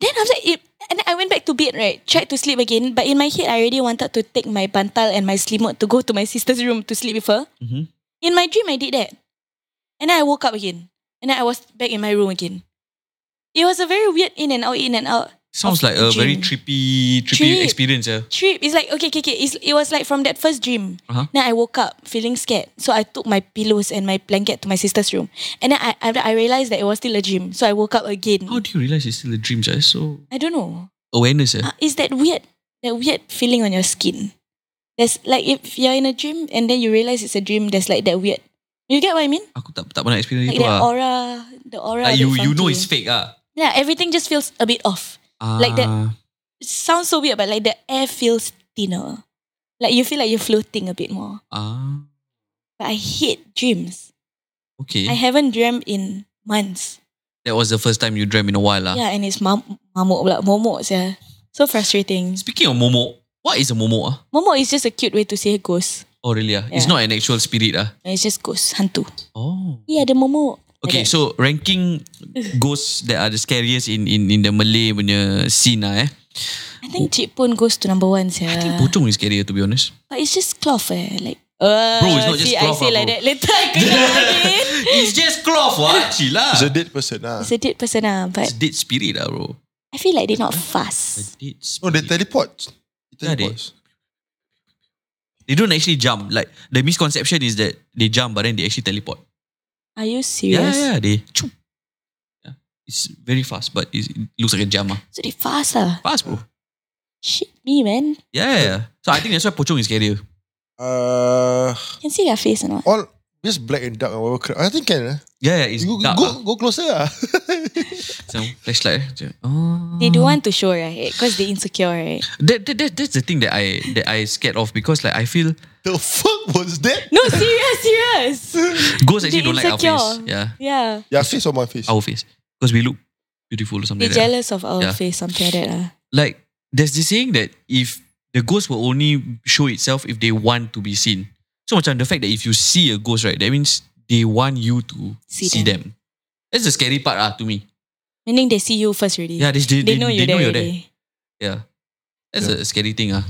S8: Then after it, and I went back to bed. Right, tried to sleep again, but in my head, I already wanted to take my bantal and my selimut to go to my sister's room to sleep with her.
S5: Mm-hmm.
S4: Mhm.
S8: In my dream, I did that, and then I woke up again, and then I was back in my room again. It was a very weird in and out, in and out.
S4: Sounds
S8: Of
S4: like a very
S8: dream.
S4: trippy,
S8: Trip.
S4: trippy experience ah.
S8: trip. It's like okay, okay, okay. It's, it was like from that first dream.
S4: Uh-huh.
S8: Then I woke up feeling scared, so I took my pillows and my blanket to my sister's room, and then I I, I realized that it was still a dream. So I woke up again.
S4: How do you realise it's still a dream? Jai? So
S8: I don't know.
S4: awareness eh.
S8: Uh, it's that weird, that weird feeling on your skin. There's like if you're in a dream and then you realize it's a dream. There's like that weird. You get what I mean?
S4: Aku tak tak pernah experience
S8: Like
S4: itu
S8: that
S4: ah.
S8: aura, the aura. a
S4: Like
S8: bit
S4: you you know
S8: funky.
S4: it's fake ah.
S8: yeah. Everything just feels a bit off. Like that.
S4: Ah,
S8: It sounds so weird, but like the air feels thinner. Like you feel like you're floating a bit more.
S4: Ah,
S8: But I hate dreams. I
S4: okay.
S8: haven't dreamt in months.
S4: That was the first time you dreamt in a while lah.
S8: Yeah, and it's mam- mamok pula. Momok sia. So frustrating.
S4: Speaking of momo, what is a momo ah?
S8: Momok is just a cute way to say ghost.
S4: Oh really ah? It's
S8: Yeah.
S4: not an actual spirit ah.
S8: It's just ghost, hantu.
S4: Oh.
S8: Yeah, the momok.
S4: Okay,
S8: Like that.
S4: so ranking ghosts that are the scariest in in in the Malay punya scene ah eh.
S8: I think Cik Pun goes to number one sia.
S4: I think pocong is scarier to be honest.
S8: But it's just cloth eh. Like, uh,
S4: Bro, it's not just
S8: see,
S4: cloth
S8: I say
S4: ah,
S8: like
S4: bro.
S8: that. Later I kena again.
S4: It's just cloth what? Chill lah.
S5: It's a dead person. Ah.
S8: It's a dead person ah, but
S4: It's dead spirit lah bro.
S8: I feel like they're not
S4: A
S8: fast.
S4: dead
S5: No, they
S4: spirit.
S5: teleport. They
S4: Yeah, they-
S5: teleports.
S4: They don't actually jump. Like the misconception is that they jump, but then they actually teleport.
S8: Are you serious?
S4: Yeah, yeah, they. Choo. Yeah. It's very fast, but it's, it looks like a jump. ah.
S8: So they fast ah.
S4: Fast, bro.
S8: Shit me man.
S4: Yeah, yeah, yeah. So I think that's why Pochong is scarier.
S5: Uh,
S8: Can see their face or not?
S5: all just black and dark and whatever. crap. I think can. eh.
S4: Yeah, yeah, it's
S5: Go,
S4: dark.
S5: go,
S4: ah.
S5: go closer. Ah.
S4: So flashlight. eh. Oh.
S8: They don't want to show right because they insecure right.
S4: That, that, that, that's the thing that I that I scared of because like I feel
S5: the fuck was that?
S8: No, serious, serious.
S4: ghosts actually
S8: They
S4: don't like our face.
S8: insecure.
S4: Yeah,
S8: Yeah.
S5: Your face or my face?
S4: our face because we look beautiful or something.
S8: They're
S4: Like, that.
S8: jealous of our
S4: Yeah.
S8: face, something like that. lah.
S4: like there's this saying that if the ghost will only show itself if they want to be seen. So much on the fact that if you see a ghost, right, that means they want you to see,
S8: See
S4: them.
S8: them.
S4: That's the scary part, ah, to me.
S8: Meaning they see you first already.
S4: Yeah, they, they,
S8: they, know, you're,
S4: they know
S8: there
S4: you're there.
S8: already.
S4: Yeah. That's
S5: Yeah.
S4: a scary thing, ah.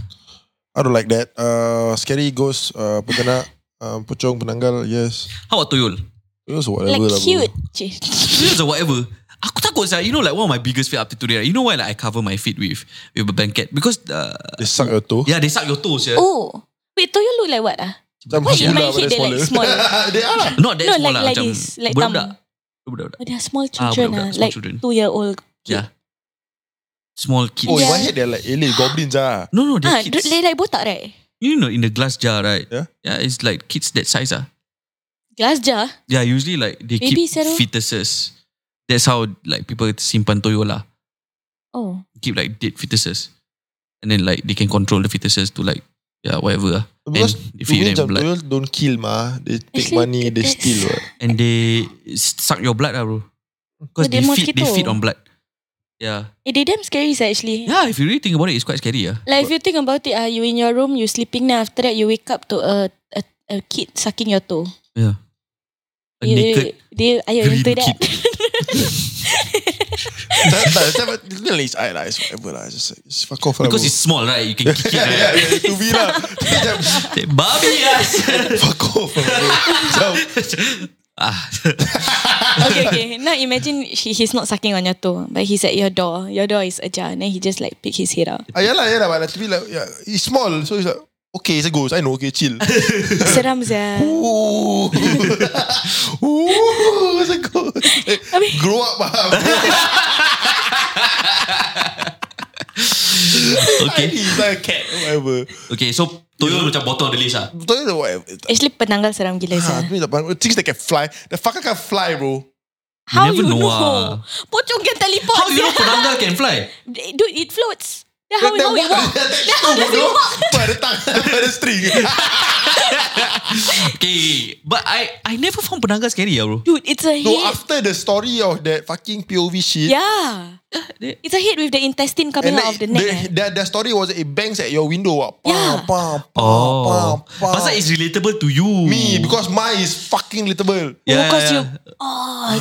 S5: I don't like that. Uh, scary ghost. Uh, pekana. Um, pocong penanggal. Yes.
S4: How about Toyol?
S5: It was whatever.
S8: Like
S5: lah, bro.
S8: cute. Cik.
S4: Serious or whatever. Aku tak takut saya. You know, like one of my biggest fear up to today. Right? You know why like I cover my feet with with a blanket because uh,
S5: They suck your toe.
S4: yeah, they suck your toes. Yeah.
S8: Oh. Wait, Toyo look like what? Ah?
S5: Macam
S8: Why in
S5: gula,
S8: my
S5: but
S8: head
S5: they're
S8: they like small?
S5: they are lah.
S4: Not that
S8: No,
S4: small
S8: like-
S4: lah.
S8: like
S4: macam
S8: this, like
S4: budak-budak.
S8: thumb.
S4: Budak-budak.
S8: Oh, they are small
S4: Ah,
S8: children.
S4: budak-budak,
S8: ah,
S4: small
S8: like
S4: children.
S8: two year old. kid.
S4: Yeah. Small kids.
S5: Oh, in my
S8: Yeah.
S5: head they're like alien goblins ah.
S4: No, no, they're
S8: Ah,
S4: kids.
S8: they like botak right?
S4: you know, in the glass jar, right?
S5: Yeah.
S4: Yeah, it's like kids that size ah.
S8: Glass jar.
S4: Yeah, usually like they
S8: Baby
S4: keep
S8: Sarah.
S4: fetuses. That's how like people simpan toyo lah.
S8: Oh.
S4: Keep like dead fetuses, and then like they can control the fetuses to like yeah whatever ah. And
S5: Because
S4: they
S5: Maybe
S4: feed
S5: macam
S4: them blood,
S5: like, don't kill ma. They take
S8: Actually,
S5: money, they
S8: that's-
S5: steal. What.
S4: and they suck your blood ah bro. Because
S8: Oh,
S4: they
S8: they
S4: feed they
S8: mosquito.
S4: feed on blood. Yeah,
S8: Eh, they damn scary sah, actually.
S4: yeah. If you really think about it, it's quite scary ah.
S8: Like if you think about it, ah, you in your room, you sleeping. Then after that, you wake up to a a, a kid sucking your toe.
S4: Yeah. A
S8: you,
S4: naked
S8: They are you
S4: green
S8: into that?
S4: kid.
S5: Tak, tak, tak, it's not like it's eye lah. It's whatever lah. It's just like, it's fuck off lah.
S4: because
S5: bro.
S4: it's small right. You can kick it.
S5: Yeah,
S4: Right? ah.
S5: yeah, yeah, to be lah. Macam,
S4: Babi lah.
S5: fuck off lah. bro. Macam,
S4: ah.
S8: okay, okay. Now imagine he, he's not sucking on your toe, but he's at your door. Your door is ajar. And then he just like pick his head out.
S5: ah, yeah lah, yeah lah. But like, to be like, yeah, it's small. So it's like, okay, it's a ghost. I know, okay, chill.
S8: Seram sia.
S5: Ooh. Ooh, it's a ghost.
S8: Habis-
S5: Grow up lah.
S4: Okay.
S5: It's like a cat. Whatever.
S4: Okay, so Toyo macam bottom of the list ah.
S8: Oh,
S5: Don't you know whatever.
S8: Actually penanggal seram gila
S5: Ah,
S8: sia.
S5: to me, the bun- things that can fly. The fucker can fly, bro.
S8: How
S4: never
S8: you
S4: know ah.
S8: know? Pocong can teleport.
S4: How you know
S8: sia.
S4: Penanggal can fly?
S8: Dude, it floats. Then how,
S5: Then
S8: how
S5: what?
S8: it walk?
S5: Then
S8: Then how does it
S5: bodoh.
S8: walk?
S5: Put ada tang, put ada string.
S4: Okay, but I I never found Penanggal scary ah bro.
S8: Dude, it's a
S5: No,
S8: head.
S5: after the story of that fucking POV shit,
S8: yeah. It's a head with the intestine coming
S5: and
S8: out of the neck. eh.
S5: their, their story was it bangs at your window. What? Pam,
S8: Yeah.
S5: pam, pam,
S4: Oh,
S5: pam, pam.
S4: pasal it's relatable to you.
S5: me because mine is fucking little.
S8: Oh,
S4: Yeah,
S8: cause
S4: yeah,
S8: you,
S4: yeah.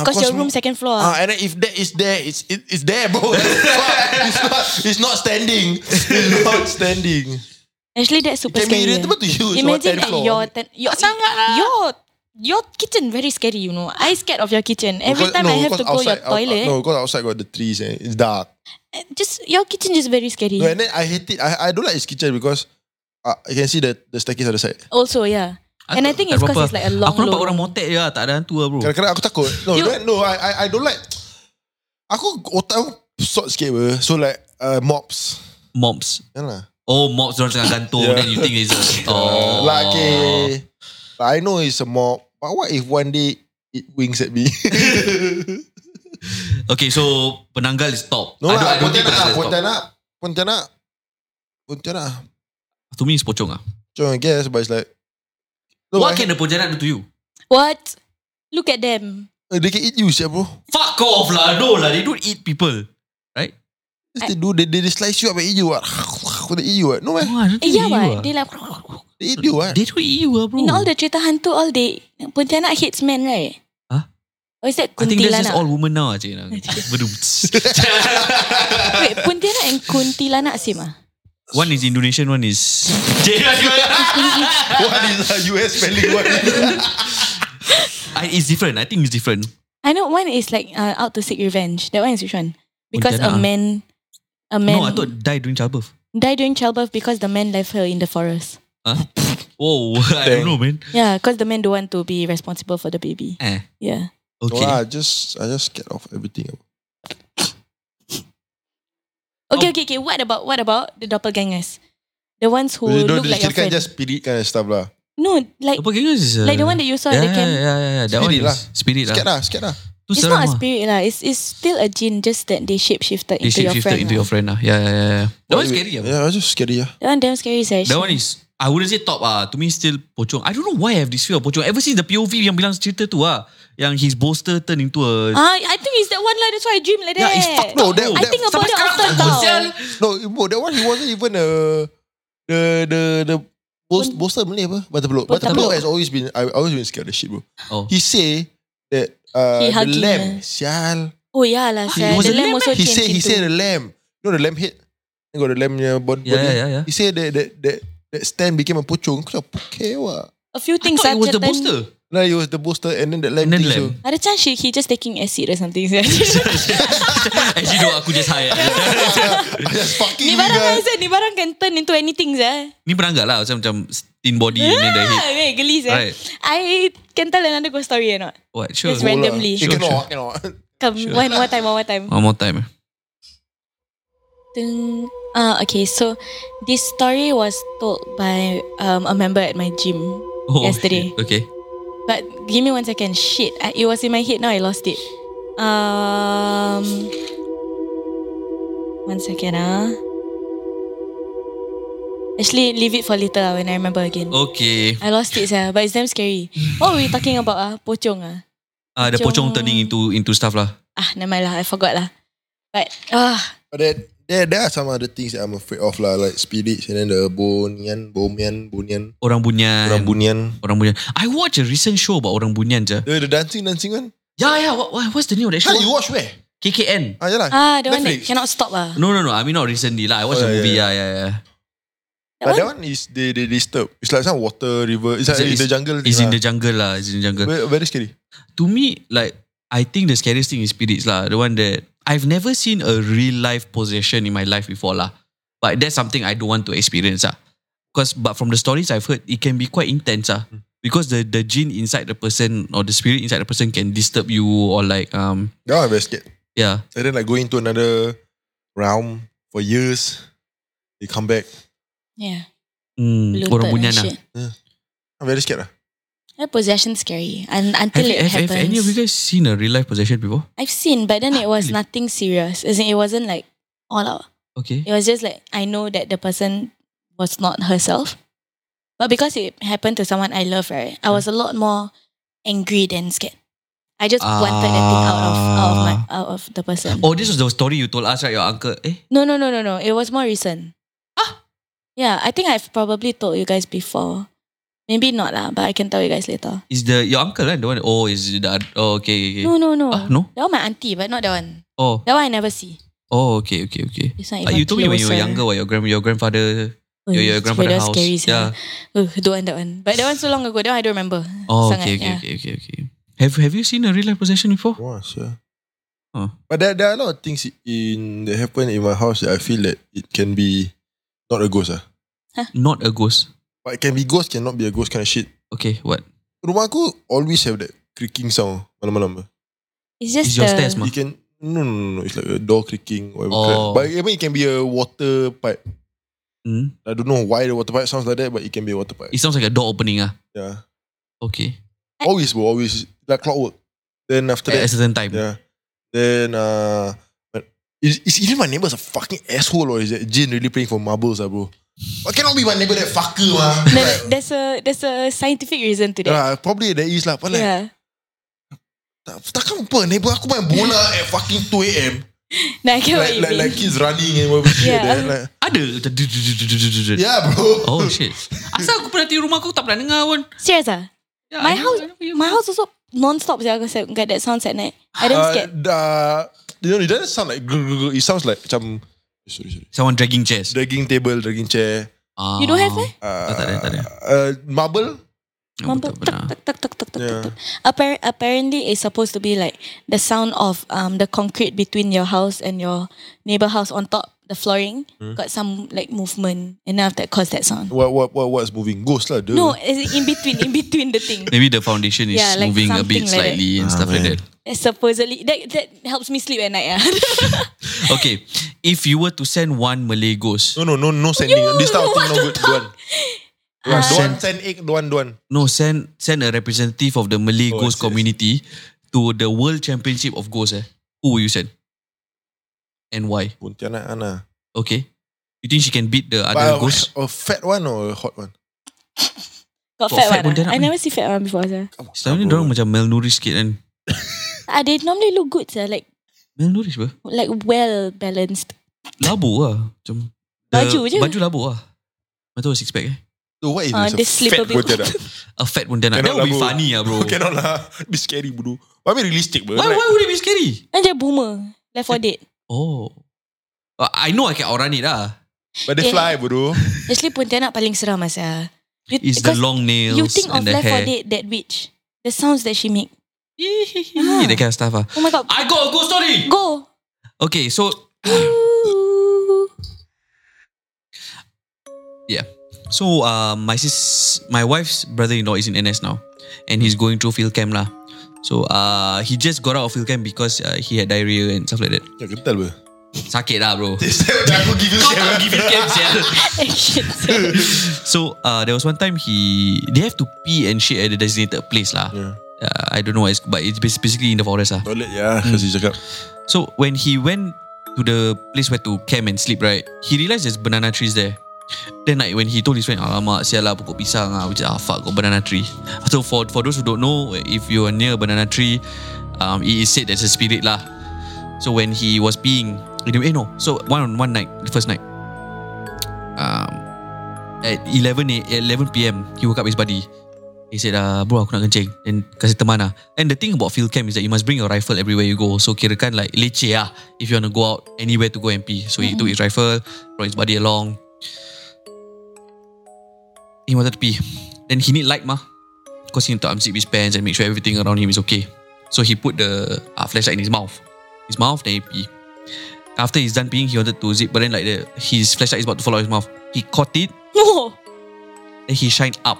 S8: oh, cause your room second floor.
S5: Ah, and then if that is there, it's it, it's there, bro. it's not it's not standing. It's not standing.
S8: Actually, that's super
S5: Can be
S8: scary.
S5: relatable to you. It's what,
S8: Imagine
S5: ten
S8: that
S5: floor.
S8: your ten, your, your your kitchen very scary. You know, I scared of your kitchen. Every
S5: Because-
S8: time
S5: no,
S8: I have
S5: because
S8: to go
S5: outside,
S8: your toilet,
S5: Out, no, because outside got the trees and it's dark.
S8: eh, just your kitchen is very scary.
S5: No, and then I hate it. I, I don't like his kitchen because uh, you can see the, the staircase on the side.
S8: also, yeah. and I think it's because it's like a long.
S4: Aku nampak orang
S8: lorong.
S4: motek je lah, tak ada hantu lah bro.
S5: Kadang-kadang aku takut. No,
S8: You-
S5: then, no, I, I I don't like. Aku otak aku short sikit ber. So like uh, mobs.
S4: Mobs.
S5: Kan lah.
S4: Oh, mobs orang tengah gantung.
S5: Yeah.
S4: Then you think it's a... Oh.
S5: Like, okay. Like, I know it's a mob. But what if one day it winks at me?
S4: Okay, so Penanggal is top.
S5: no lah,
S4: think
S5: Pontianak
S4: Penanggal is
S5: lah.
S4: top.
S5: Pontianak. Pontianak. Pontianak.
S4: To me, it's pocong ah.
S5: Join I guess, but it's like. No,
S4: What
S5: I-
S4: can the Pontianak do to you?
S8: What? Look at them.
S5: eh, They can eat you, siap bro.
S4: Fuck off lah. No lah, they don't eat people.
S8: Eh,
S5: Yes, They do. They, they, they slice you up and eat you. What? They eat you. What? No, man.
S4: No, I don't
S8: Eh,
S4: think they eat
S8: yeah,
S4: you
S8: what?
S4: ah.
S8: They like
S5: They eat you. What?
S4: They don't eat you ah bro.
S8: in all the cerita hantu, all they Pontianak hates men, right?
S4: Huh?
S8: Or is that
S4: I think that's just all
S8: Kuntilanak?
S4: women now ah, cik. Bedum.
S8: Wait, Pontianak and Kuntilanak same ah?
S4: One is Indonesian, one is...
S5: What is a US spelling? What is
S4: I, it's different. I think it's different.
S8: I know one is like uh, out to seek revenge. That one is which one? Because
S4: Pontianak,
S8: a
S4: ah.
S8: man, a man
S4: No, I thought die during childbirth.
S8: died during childbirth because the man left her in the forest.
S4: Oh, I don't
S5: Dang.
S4: know, man.
S8: Yeah, because the man don't want to be responsible for the baby.
S4: Eh,
S8: Yeah.
S5: no,
S4: okay.
S5: I just I just scared of everything.
S8: Okay,
S4: Oh.
S8: okay, okay. What about what about the doppelgangers? The ones who
S5: don't
S8: look like your friend.
S5: just spirit kind of stuff lah.
S8: no, like
S4: Doppelgangers is a-
S8: like the one that you saw
S4: yeah,
S8: at the camp.
S4: yeah, yeah, yeah, yeah. That
S5: Spirit
S4: one
S5: lah.
S4: is spirit lah.
S5: Scared lah, scared lah.
S4: Tu
S8: It's
S4: seram
S8: not a
S4: ah.
S8: spirit lah. It's it's still a gene, just that they shape shifted
S4: They
S8: into your
S4: shifted
S8: friend.
S4: into your
S8: lah.
S4: friend lah. Yeah, yeah, yeah, yeah. That one's
S5: Wait,
S4: scary ah. bro.
S5: Yeah, that's just scary lah.
S8: That one damn scary sah,
S4: That
S8: actually.
S4: one is I wouldn't say top ah. To me still pocong. I don't know why I have this fear of pocong. Ever since the POV yang bilang cerita tu ah, yang his bolster turn into a
S8: Ah, I think it's that one lah. That's why I dream like
S4: Yeah,
S8: that.
S4: it's fucked
S5: No, that,
S8: I
S5: that,
S8: think about
S4: Sampai
S8: it
S4: sekarang
S8: often
S4: takut,
S8: tau.
S4: sial.
S5: no, bro, that one he wasn't even a the the the boast, boaster Malay apa? Butterfloat.
S8: Butterfloat.
S5: Butterfloat has always been I always been scared of shit, bro.
S4: Oh.
S5: He say that uh,
S8: He
S5: the
S8: hugging
S5: lamb,
S8: her.
S5: sial.
S8: Oh yeah
S4: It
S8: lah, sia.
S4: was
S8: The
S4: a lamb,
S8: lamb also
S5: He
S8: changed
S5: say he
S8: into-
S5: say the lamb. You know the lamb head. You got the lamb punya bod- body.
S4: Yeah, yeah, yeah, yeah.
S5: He say that that that that stand became a pocong. Kau cakap, okay, what?
S8: a
S4: I
S8: few things.
S4: thought it
S8: ah,
S4: was the
S8: certain-
S4: bolster.
S5: No, it was the booster and then the lamb
S4: And then
S5: thing.
S4: lamb.
S5: So,
S8: Ada chance she, he just taking acid or something.
S4: Actually no Aku just high
S5: I just fucking you
S8: ni barang kan,
S5: guys.
S8: Zah, ni barang can turn into anything, Zah.
S4: Ni berangkat lah Macam, macam thin body And then the head
S8: Ah, wait, geli, Zah.
S4: Right.
S8: I can tell another ghost story or not?
S4: What sure
S8: That's right. randomly.
S5: You
S4: Sure,
S5: cannot, cannot.
S8: Come, one more time, one more time.
S4: One more time
S8: Dun. Ah, okay, so this story was told by um, a member at my gym
S4: oh,
S8: yesterday.
S4: shit. Okay
S8: But give me one second. Shit, I, it was in my head. Now I lost it. Um, one second. Ah. Actually, leave it for later ah, when I remember again.
S4: Okay
S8: I lost it, sir, but it's damn scary. What were we talking about? Ah, pocong ah.
S4: Ah, The pocong
S8: Pocong.
S4: turning into Into stuff lah
S8: Ah, never mind lah. I forgot lah. But ah,
S5: But then, there, there are some other things that I'm afraid of lah, like spirits and then the bonian, bonian, bonian,
S4: Orang bunyan
S5: orang bunian.
S4: Orang bunyan I watched a recent show About orang bunyan je
S5: The, the Eh, dancing, dancing kan? one.
S4: Yeah yeah ya, what, what, What's the name of that show
S5: Huh, you watch where?
S4: KKN
S5: Ah, yeah lah.
S8: ah, the one that
S5: Netflix.
S8: cannot stop ah.
S4: No no no I mean not recently lah I watched
S5: Oh,
S4: the
S5: yeah,
S4: movie
S5: yeah.
S4: Yeah yeah yeah
S5: But
S8: That
S5: that one is they they disturb. It's like some water river. It's like
S4: It's-
S5: in the jungle.
S4: It's
S5: thing
S4: in the
S5: lah.
S4: jungle lah It's in the jungle
S5: Very, very scary.
S4: to me, like I think the scariest thing is spirits lah. The one that I've never seen a real life possession in my life before lah. But that's something I don't want to experience ah. Because but from the stories I've heard, it can be quite intense ah. Because the the gene inside the person or the spirit inside the person can disturb you or like um
S5: That one I'm very scared.
S4: yeah
S5: And then like going to another realm for years, they come back.
S8: Yeah.
S4: mm,
S8: bloated
S4: orang
S8: and
S4: bunyan lah.
S8: shit.
S5: I'm very scared lah.
S8: That possession scary. And until
S4: Have, you-
S8: it
S4: have, have
S8: happens.
S4: any of you guys seen a real life possession before?
S8: I've seen, but then it was
S4: Really?
S8: nothing serious. As in, it wasn't like all out.
S4: Okay.
S8: It was just like I know that the person was not herself. But because it happened to someone I love, right? I was a lot more angry than scared. I just wanted that thing out of out of my out of the person.
S4: Ah. Oh, this was the story you told us, right? Your uncle. Eh?
S8: No, no, no, no, no. It was more recent.
S4: Ah.
S8: Yeah, I think I've probably told you guys before. Maybe not lah, but I can tell you guys later.
S4: Is the your uncle, right? The one oh is it the oh okay, okay.
S8: No, no, no.
S4: Ah, no?
S8: That one my auntie, but not that one.
S4: Oh.
S8: That one I never see.
S4: Oh, okay, okay, okay.
S8: It's not
S4: But Ah,
S8: even
S4: you told me when you were
S8: closer.
S4: younger, what your grand, your grandfather,
S8: Oh,
S4: your, your
S8: it's
S4: grandfather
S8: weird,
S4: house.
S8: Scary,
S4: yeah.
S8: yeah. Ugh, don't want that one. But that one so long ago, that one I don't remember.
S4: Oh,
S8: Sangat,
S4: okay, okay,
S8: yeah.
S4: okay, okay, okay. Have Have you seen a real life possession before?
S5: Wow, sure.
S4: Huh.
S5: But there, there are a lot of things in that happen in my house that I feel that it can be not a ghost ah.
S4: Not a ghost.
S5: But it can be ghost, cannot be a ghost kind of shit.
S4: Okay, what?
S5: Rumah aku always have that creaking sound malam-malam.
S8: It's just
S4: It's your
S8: the,
S4: stairs, ma.
S5: You can no no no no. It's like a door creaking whatever.
S4: Oh.
S5: But I mean, it can be a water pipe.
S4: Hmm?
S5: I don't know why the water pipe sounds like that, but it can be a water pipe.
S4: It sounds like a door opening. Ah,
S5: yeah.
S4: okay.
S5: Always, bro. Always like clockwork. Then after
S4: At a
S5: that,
S4: certain time.
S5: yeah. Then uh, but is, is either my neighbor's a fucking asshole or is that Jin really playing for marbles, ah, bro? I cannot be my neighbor that fucker, ah.
S8: No,
S5: Like,
S8: no, there's a there's a scientific reason to that.
S5: yeah, probably there is lah. But Ah, like,
S8: Yeah.
S5: tak, takkan apa neighbor aku main bola at fucking 2 a.m.
S8: No, I get what
S5: Like, like,
S8: you mean.
S5: like kids running and whatever shit.
S8: Yeah.
S5: Then, like,
S4: Ada. macam du- du- du- du- du- du- du-
S5: yeah, bro.
S4: Oh shit. Asal aku pernah tengok rumah aku tak pernah dengar pun.
S8: Serious ah?
S4: Yeah, I
S8: My
S4: know,
S8: house,
S4: I know, yeah.
S8: my house also non-stop. Yeah, cause I get that sounds at night. I don't scared.
S5: Uh, uh, you know, it doesn't sound like grr, grr, grr. it sounds like macam eh, sorry sorry
S4: Someone dragging chairs.
S5: dragging table, dragging chair.
S4: Ah.
S8: You don't have eh?
S5: Uh,
S4: Oh, tak ada, tak ada.
S5: Uh, marble.
S4: Aku
S8: Mampu,
S4: tak pernah.
S8: tuk, tuk, tuk, tuk, tuk,
S5: Yeah.
S8: tuk, tuk. Appar- apparently, it's supposed to be like the sound of um the concrete between your house and your neighbor house on top, the flooring got some like movement, and after that caused that sound.
S5: What what what what's moving? Ghost lah. Duh.
S8: No, it's in between, in between the thing.
S4: Maybe the foundation is
S8: Yeah, like
S4: moving a
S8: something
S4: bit
S8: like
S4: slightly and stuff like that.
S8: That's supposedly that that helps me sleep at night. Ah,
S4: Okay, if you were to send one Malay ghost,
S5: no no no no sending. This type of thing
S8: want
S5: no good.
S8: to
S5: Don't.
S8: Ah.
S5: Don't send, send egg. Don't don't.
S4: No, send send a representative of the Malay
S5: Oh, I
S4: ghost
S5: see, I see.
S4: community to the World Championship of Ghosts. Eh. Who will you send? And why?
S5: Pontianak Ana.
S4: Okay. You think she can beat the other
S5: But uh,
S4: ghost?
S5: a, a fat one or a hot one?
S4: Got
S8: got fat,
S4: fat
S8: one.
S4: pontianak
S8: ah. I
S4: ni.
S8: never see fat one before. Sir.
S4: Selama ni
S5: bro.
S4: dorang macam malnourished sikit kan.
S8: Ah, they normally look good. Sir. Like
S4: Malnourished apa?
S8: like well balanced.
S4: Labu lah. Macam
S8: Baju je.
S4: Baju labu lah. Macam six pack eh.
S5: So what if
S8: Ah,
S5: it's a
S8: they sleep
S5: fat
S8: a bit.
S5: pontianak?
S4: A fat pontianak. That
S5: Cannot
S4: would be
S5: labu.
S4: funny lah bro.
S5: Cannot lah. Be scary, bro. I mean realistic, bro.
S4: Why,
S5: Like,
S4: why would it be scary?
S8: And they're boomer. Left for dead.
S4: Oh. Uh, I know I can outrun it lah.
S5: But they
S8: Yeah.
S5: fly, bro.
S8: Actually, Pontianak paling seram masa. You,
S4: It's the
S8: because
S4: long nails
S8: You think of
S4: and the
S8: Left 4
S4: hair.
S8: Dead, that witch. The sounds that she make.
S4: that kind of stuff. ah.
S8: Oh my god.
S4: I got a ghost story.
S8: Go.
S4: Okay, so yeah. So uh, my sis, my wife's brother-in-law is in NS now, and he's going through field camp lah. So uh, he just got out of field camp because uh, he had diarrhea and stuff like that.
S5: Ya kental ber
S4: Sakit lah, bro.
S5: Aku give you shit
S4: Give it camp, sia.
S8: Shit.
S4: So uh, there was one time he they have to pee and shit at the designated place lah.
S5: Yeah.
S4: Uh, I don't know what it's but it's bas- basically in the forest lah.
S5: Toilet ya Kasi cakap
S4: So when he went to the place where to camp and sleep, right? He realized there's banana trees there. Then like when he told his friend, Alamak, sial lah pokok pisang ah, which ah, fuck, got banana tree. So for for those who don't know, if you are near a banana tree, um, it is said there's a spirit lah. So when he was peeing, eh no, so one on one night, the first night, um, at 11, a- 11 p.m., he woke up his buddy. He said, uh, bro aku nak kencing Then kasih teman lah And the thing about field camp is that You must bring your rifle everywhere you go So kirakan like leceh lah If you want to go out Anywhere to go and pee So he took his rifle Brought his buddy along He wanted to pee Then he need light mah Cause he need to unzip his pants And make sure everything around him is okay So he put the uh, flashlight in his mouth His mouth then he pee After he's done peeing He wanted to zip But then like the, His flashlight is about to fall out his mouth He caught it
S8: No.
S4: Then he shined up.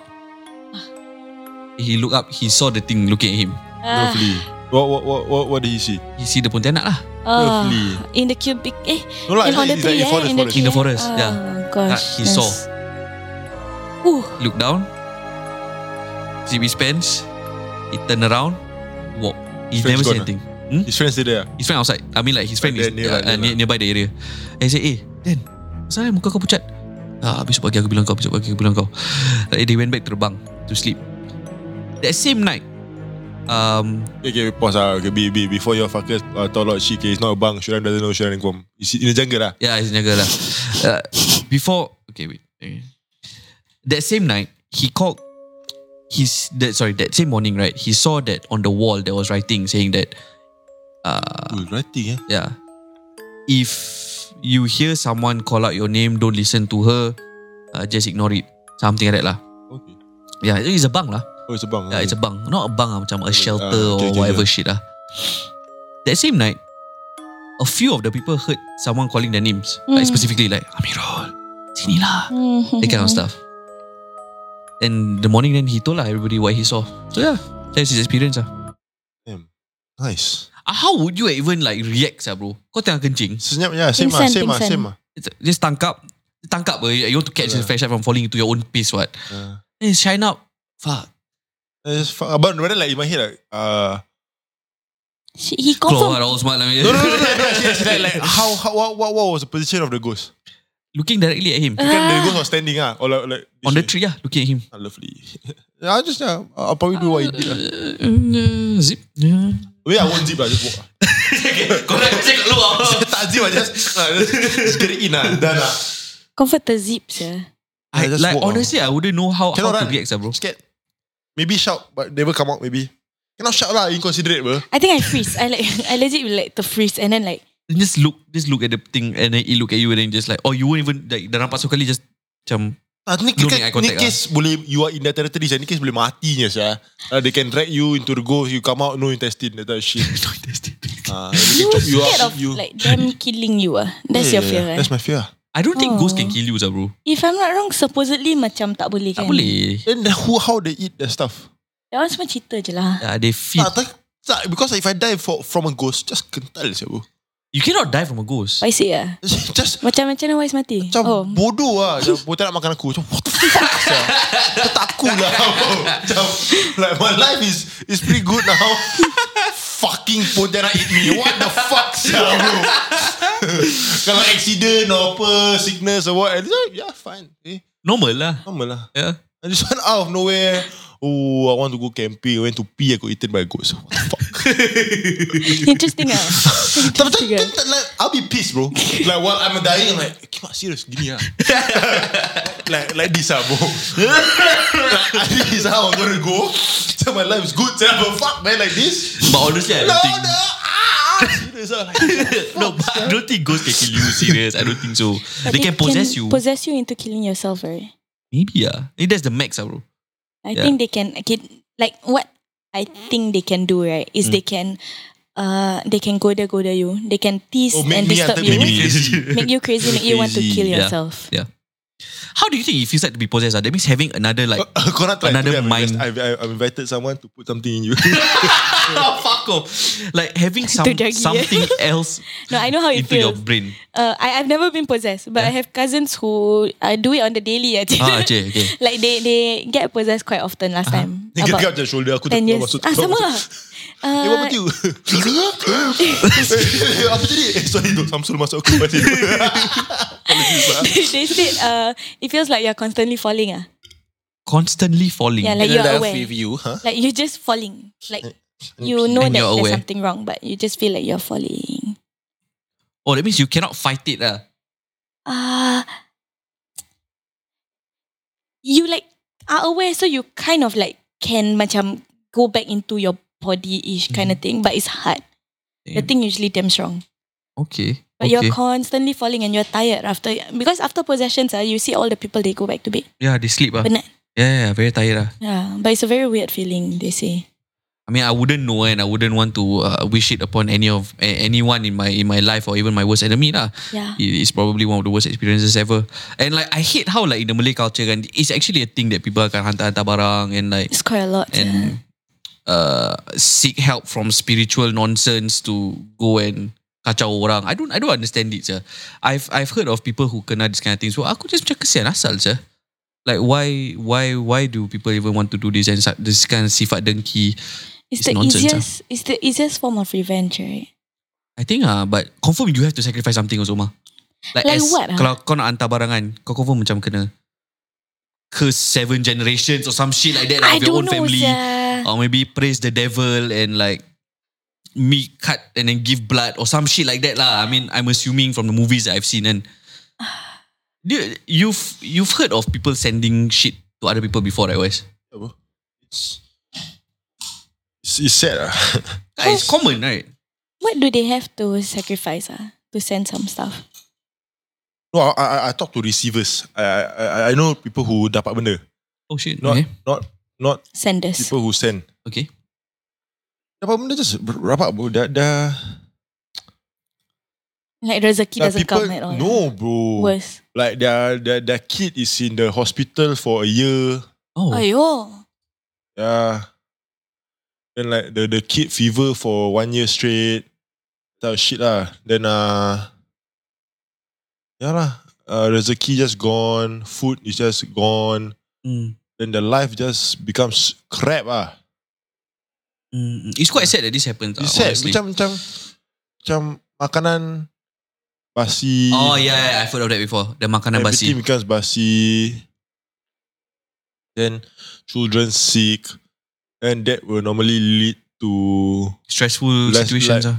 S4: He looked up, he saw the thing looking at him.
S8: Ah,
S5: Lovely What what what what what did he see?
S4: He see the pontianak lah.
S8: ah,
S5: Lovely.
S8: in the cubic. Eh,
S5: No lah,
S8: in on the
S5: it's like
S8: tree,
S5: in
S8: eh,
S5: forest,
S8: in the
S5: forest.
S8: tree.
S4: In the forest,
S8: eh?
S4: yeah.
S8: Oh, gosh.
S4: That he saw.
S8: Ooh.
S4: He looked down, zip his pants, he turned around, walk. He's
S5: Friend's
S4: never seen
S5: gone
S4: anything.
S5: His friends still there ah?
S4: His friend outside. I mean like his friend is
S5: Like there, nearby, lah.
S4: uh, uh,
S5: nearby.
S4: near, nearby the area. And he said, eh, Dan, kenapa muka kau pucat? Ah, besok pagi aku bilang kau, besok pagi aku bilang kau. Like, they went back to the bunk to sleep. That same night, um,
S5: Okay, okay pause ah. Okay, be, be, before your fuckers uh, talk about shit, okay, it's not a bang. Shuran doesn't know Shuran and Kwam. It's in the jungle lah.
S4: Yeah, he's jaga lah. Uh, before, okay, wait. Okay. That same night, he called. His that sorry that same morning, right? He saw that on the wall there was writing saying that,
S5: Uh, writing eh.
S4: yeah, if you hear someone call out your name, don't listen to her, uh, just ignore it. Something like that lah.
S5: Okay.
S4: Yeah, it's a bang lah.
S5: Oh, it's a bang.
S4: Yeah, it's a bunk. Not a bunk, ah, macam a shelter
S5: Ah,
S4: or
S5: okay, okay,
S4: whatever
S5: yeah.
S4: shit. Ah. That same night, a few of the people heard someone calling their names. Like
S8: Mm.
S4: specifically like, Amirul, sini lah.
S8: Mhm.
S4: That kind of stuff. And the morning then he told lah everybody what he saw. So yeah, that's his experience ah.
S5: Damn. Nice.
S4: Ah, How would you even like react sah bro? Kau tengah kencing.
S5: Senyap, yeah, same ah,
S8: Pingsan,
S5: same ah,
S8: pingsan.
S5: same ah.
S4: It's- Just tangkap. Tangkap bro. You want to catch the
S5: Yeah.
S4: flashlight from falling into your own pace what?
S5: Yeah.
S4: Then it shine up. Fuck.
S5: Eh, It's fu- But rather like in my head like, uh,
S8: She- He
S4: Keluar
S8: confirmed.
S4: all smart lah.
S5: no, no, no, no, no, no, actually, actually, like, like how, how what, what, what was the position of the ghost?
S4: Looking directly at him.
S5: Kan the
S8: Ah.
S5: ghost was standing ah, or like, like
S4: On the tree lah. Looking at him.
S5: Ah, lovely. yeah, I just yeah, I'll probably do what he did. lah.
S4: Uh, zip. Yeah.
S5: Wait, I won't zip, I just walk. ah.
S4: Kau nak kasi kat luar.
S5: tak zip, I just, ah, just, just get it in ah, done ah.
S8: Confirm the zips. Yeah.
S4: I, ah.
S5: I just
S4: like
S5: walk,
S4: honestly, I wouldn't know how, how to
S5: Cannot run.
S4: react sah bro.
S5: Scared. Maybe shout, but never come out. Maybe cannot shout lah. Inconsiderate, bro.
S8: I think I freeze. I like. I legit will like to freeze and then like.
S4: just look just look at the thing and then it look at you and then just like oh you won't even like dah nampak sekali just macam
S5: Ah, ni,
S4: Don't make
S5: case-
S4: eye
S5: ni
S4: contact
S5: case boleh you are in the territory saya ni case boleh matinya saya. Uh, they can drag you into the ghost. You come out no intestine. That type of shit.
S4: no intestine.
S5: Ah,
S8: You
S5: they can chop you
S8: scared
S5: up,
S8: of
S5: you-
S8: like them killing you. Ah, that's
S5: Yeah,
S8: your
S5: yeah,
S8: fear.
S5: yeah.
S8: eh?
S5: That's my fear.
S4: I don't think
S8: Oh.
S4: ghosts can kill you sah bro
S8: If I'm not wrong, supposedly macam tak boleh
S4: tak
S8: kan?
S4: boleh
S5: Then the- who how they eat the stuff?
S8: That one semua cerita je lah.
S4: uh, they feed
S5: Ah, tak, tak, because if I die for, from a ghost, just kental saya, bro.
S4: you cannot die from a ghost
S8: Paisik lah.
S5: Just
S8: Macam macam mana Wise mati?
S5: Macam
S8: oh.
S5: oh. bodoh lah Macam botol nak makan aku Macam what the fuck sia? Kau tak cool lah bro. Macam Like my life is Is pretty good now Fucking Pontianak eat me What the fuck sia bro Kalau accident or apa Sickness or what at least, Yeah fine eh,
S4: normal lah
S5: Normal lah
S4: yeah.
S5: I just went out of nowhere Oh I want to go camping I went to pee I got eaten by a ghost What the fuck
S8: Interesting lah.
S5: Tapi tak,
S8: Tiga.
S5: tak, tak, like, I'll be pissed bro Like while I'm dying I'm like Kimak serious gini lah Like like this lah bro like, I think this is how I'm gonna go So my life is good So I'm like, fuck man like this
S4: but honestly I
S5: No
S4: don't think
S5: no ah, Serious lah like,
S4: no but I don't think ghosts can kill you serious I don't think so they can possess you
S8: Possess you into killing yourself, right?
S4: maybe yeah Eh, that's the max ah bro
S8: I
S4: Yeah.
S8: think they can, can like what I think they can do right
S4: Mm.
S8: is they can, uh, they can goader goader you. They can tease
S5: Oh, make
S8: and
S5: me
S8: disturb
S5: until make me
S8: you,
S5: crazy.
S8: make you crazy, make you want to kill
S4: Yeah.
S8: yourself.
S4: Yeah. How do you think it feels like to be possessed? ah? That means having another like
S5: Kau nak try
S4: Another
S5: Today I've
S4: mind.
S5: invest- I've, I've, I've invited someone to put something in you.
S4: fuck off. Like having some,
S8: drag you.
S4: something else
S8: No, I know eh? how it
S4: into your
S8: feels.
S4: brain.
S8: Uh, I, I've never been possessed, but I have cousins who uh, do it on the daily. Actually.
S4: Ah, Uh-huh. okay, okay.
S8: like they, they get possessed quite often last time.
S5: Dia
S8: About
S5: gegar macam shoulder aku
S8: ten
S5: terkeluar
S8: years.
S5: masuk
S8: Ah,
S5: terkeluar
S8: sama
S5: masuk.
S8: Uh, lah.
S5: Eh, what about you? Eh, Apa jadi? Eh, sorry tu. Samsul masuk aku. Macam tu. Apologies lah.
S8: they said uh, it feels like you're constantly falling. Ah.
S4: Constantly falling.
S8: Yeah, like
S5: In
S8: you're
S5: love
S8: aware.
S5: with you, huh?
S8: Like you're just falling. Like you know that
S4: And you're
S8: there's
S4: aware.
S8: something wrong, but you just feel like you're falling.
S4: oh, that means you cannot fight it. ah.
S8: Uh, you like are aware, so you kind of like can macam go back into your body-ish kind
S4: Mm-hmm.
S8: of thing, but it's hard. The thing usually damn strong.
S4: Okay.
S8: But
S4: okay.
S8: you're constantly falling and you're tired after because after possessions, ah, you see all the people they go back to bed.
S4: yeah, they sleep. ah.
S8: Penat.
S4: Yeah, yeah, very tired. ah.
S8: Yeah, but it's a very weird feeling. They say.
S4: I mean, I wouldn't know, and I wouldn't want to uh, wish it upon any of a- anyone in my in my life or even my worst enemy. lah.
S8: Yeah.
S4: It- It's probably one of the worst experiences ever. And like, I hate how like in the Malay culture, and it's actually a thing that people akan hantar-hantar barang and like
S8: It's quite a lot.
S4: and uh, seek help from spiritual nonsense to go and kacau orang. I don't I don't understand it. Sir. I've I've heard of people who kena this kind of thing. So aku just macam kesian asal sir. Like why why why do people even want to do this and sa- this kind of sifat dengki?
S8: it's,
S4: it's
S8: the
S4: nonsense, ah.
S8: easiest. It's the easiest form of revenge, right?
S4: I think ah, but confirm you have to sacrifice something also mah.
S8: Like what, ah?
S4: Kalau kau nak hantar barang kan, kau confirm macam kena curse seven generations or some shit like that lah
S8: I
S4: of your own
S8: don't know,
S4: family. Oh.
S8: sia.
S4: or maybe praise the devil and like me cut and then give blood or some shit like that lah. I mean, I'm assuming from the movies that I've seen and Dude, you've you've heard of people sending shit to other people before, right, Wes?
S5: Apa? It's, it's- it's sad lah.
S4: Ah, It's
S8: Oh.
S4: common, right?
S8: What do they have to sacrifice? Ah, to send some stuff.
S5: No, I, I, I talk to receivers. I, I, I- I know people who dapat benda.
S4: Oh shit.
S5: Not,
S4: Okay.
S5: not, not
S8: Senders.
S5: people who send.
S4: okay.
S5: Dapat benda just ber- rapat bro. Dah, dah,
S8: Like Rezeki
S5: dah
S8: doesn't come at all.
S5: No bro.
S8: Worse.
S5: Like their, their, their kid is in the hospital for a year.
S4: Oh.
S8: Ayo.
S5: Yeah. Then like the the kid fever for one year straight. That shit lah. Then uh yeah lah. Uh, Rezeki just gone. Food is just gone.
S4: Mm,
S5: Then the life just becomes crap ah.
S4: mm, mm. It's quite sad that this happens. ah,
S5: It's sad.
S4: honestly.
S5: Macam macam macam makanan basi.
S4: oh yeah, yeah, I've heard of that before. The makanan basi.
S5: Everything becomes basi. Then children sick, and that will normally lead to
S4: Stressful
S5: Less
S4: situations. ah.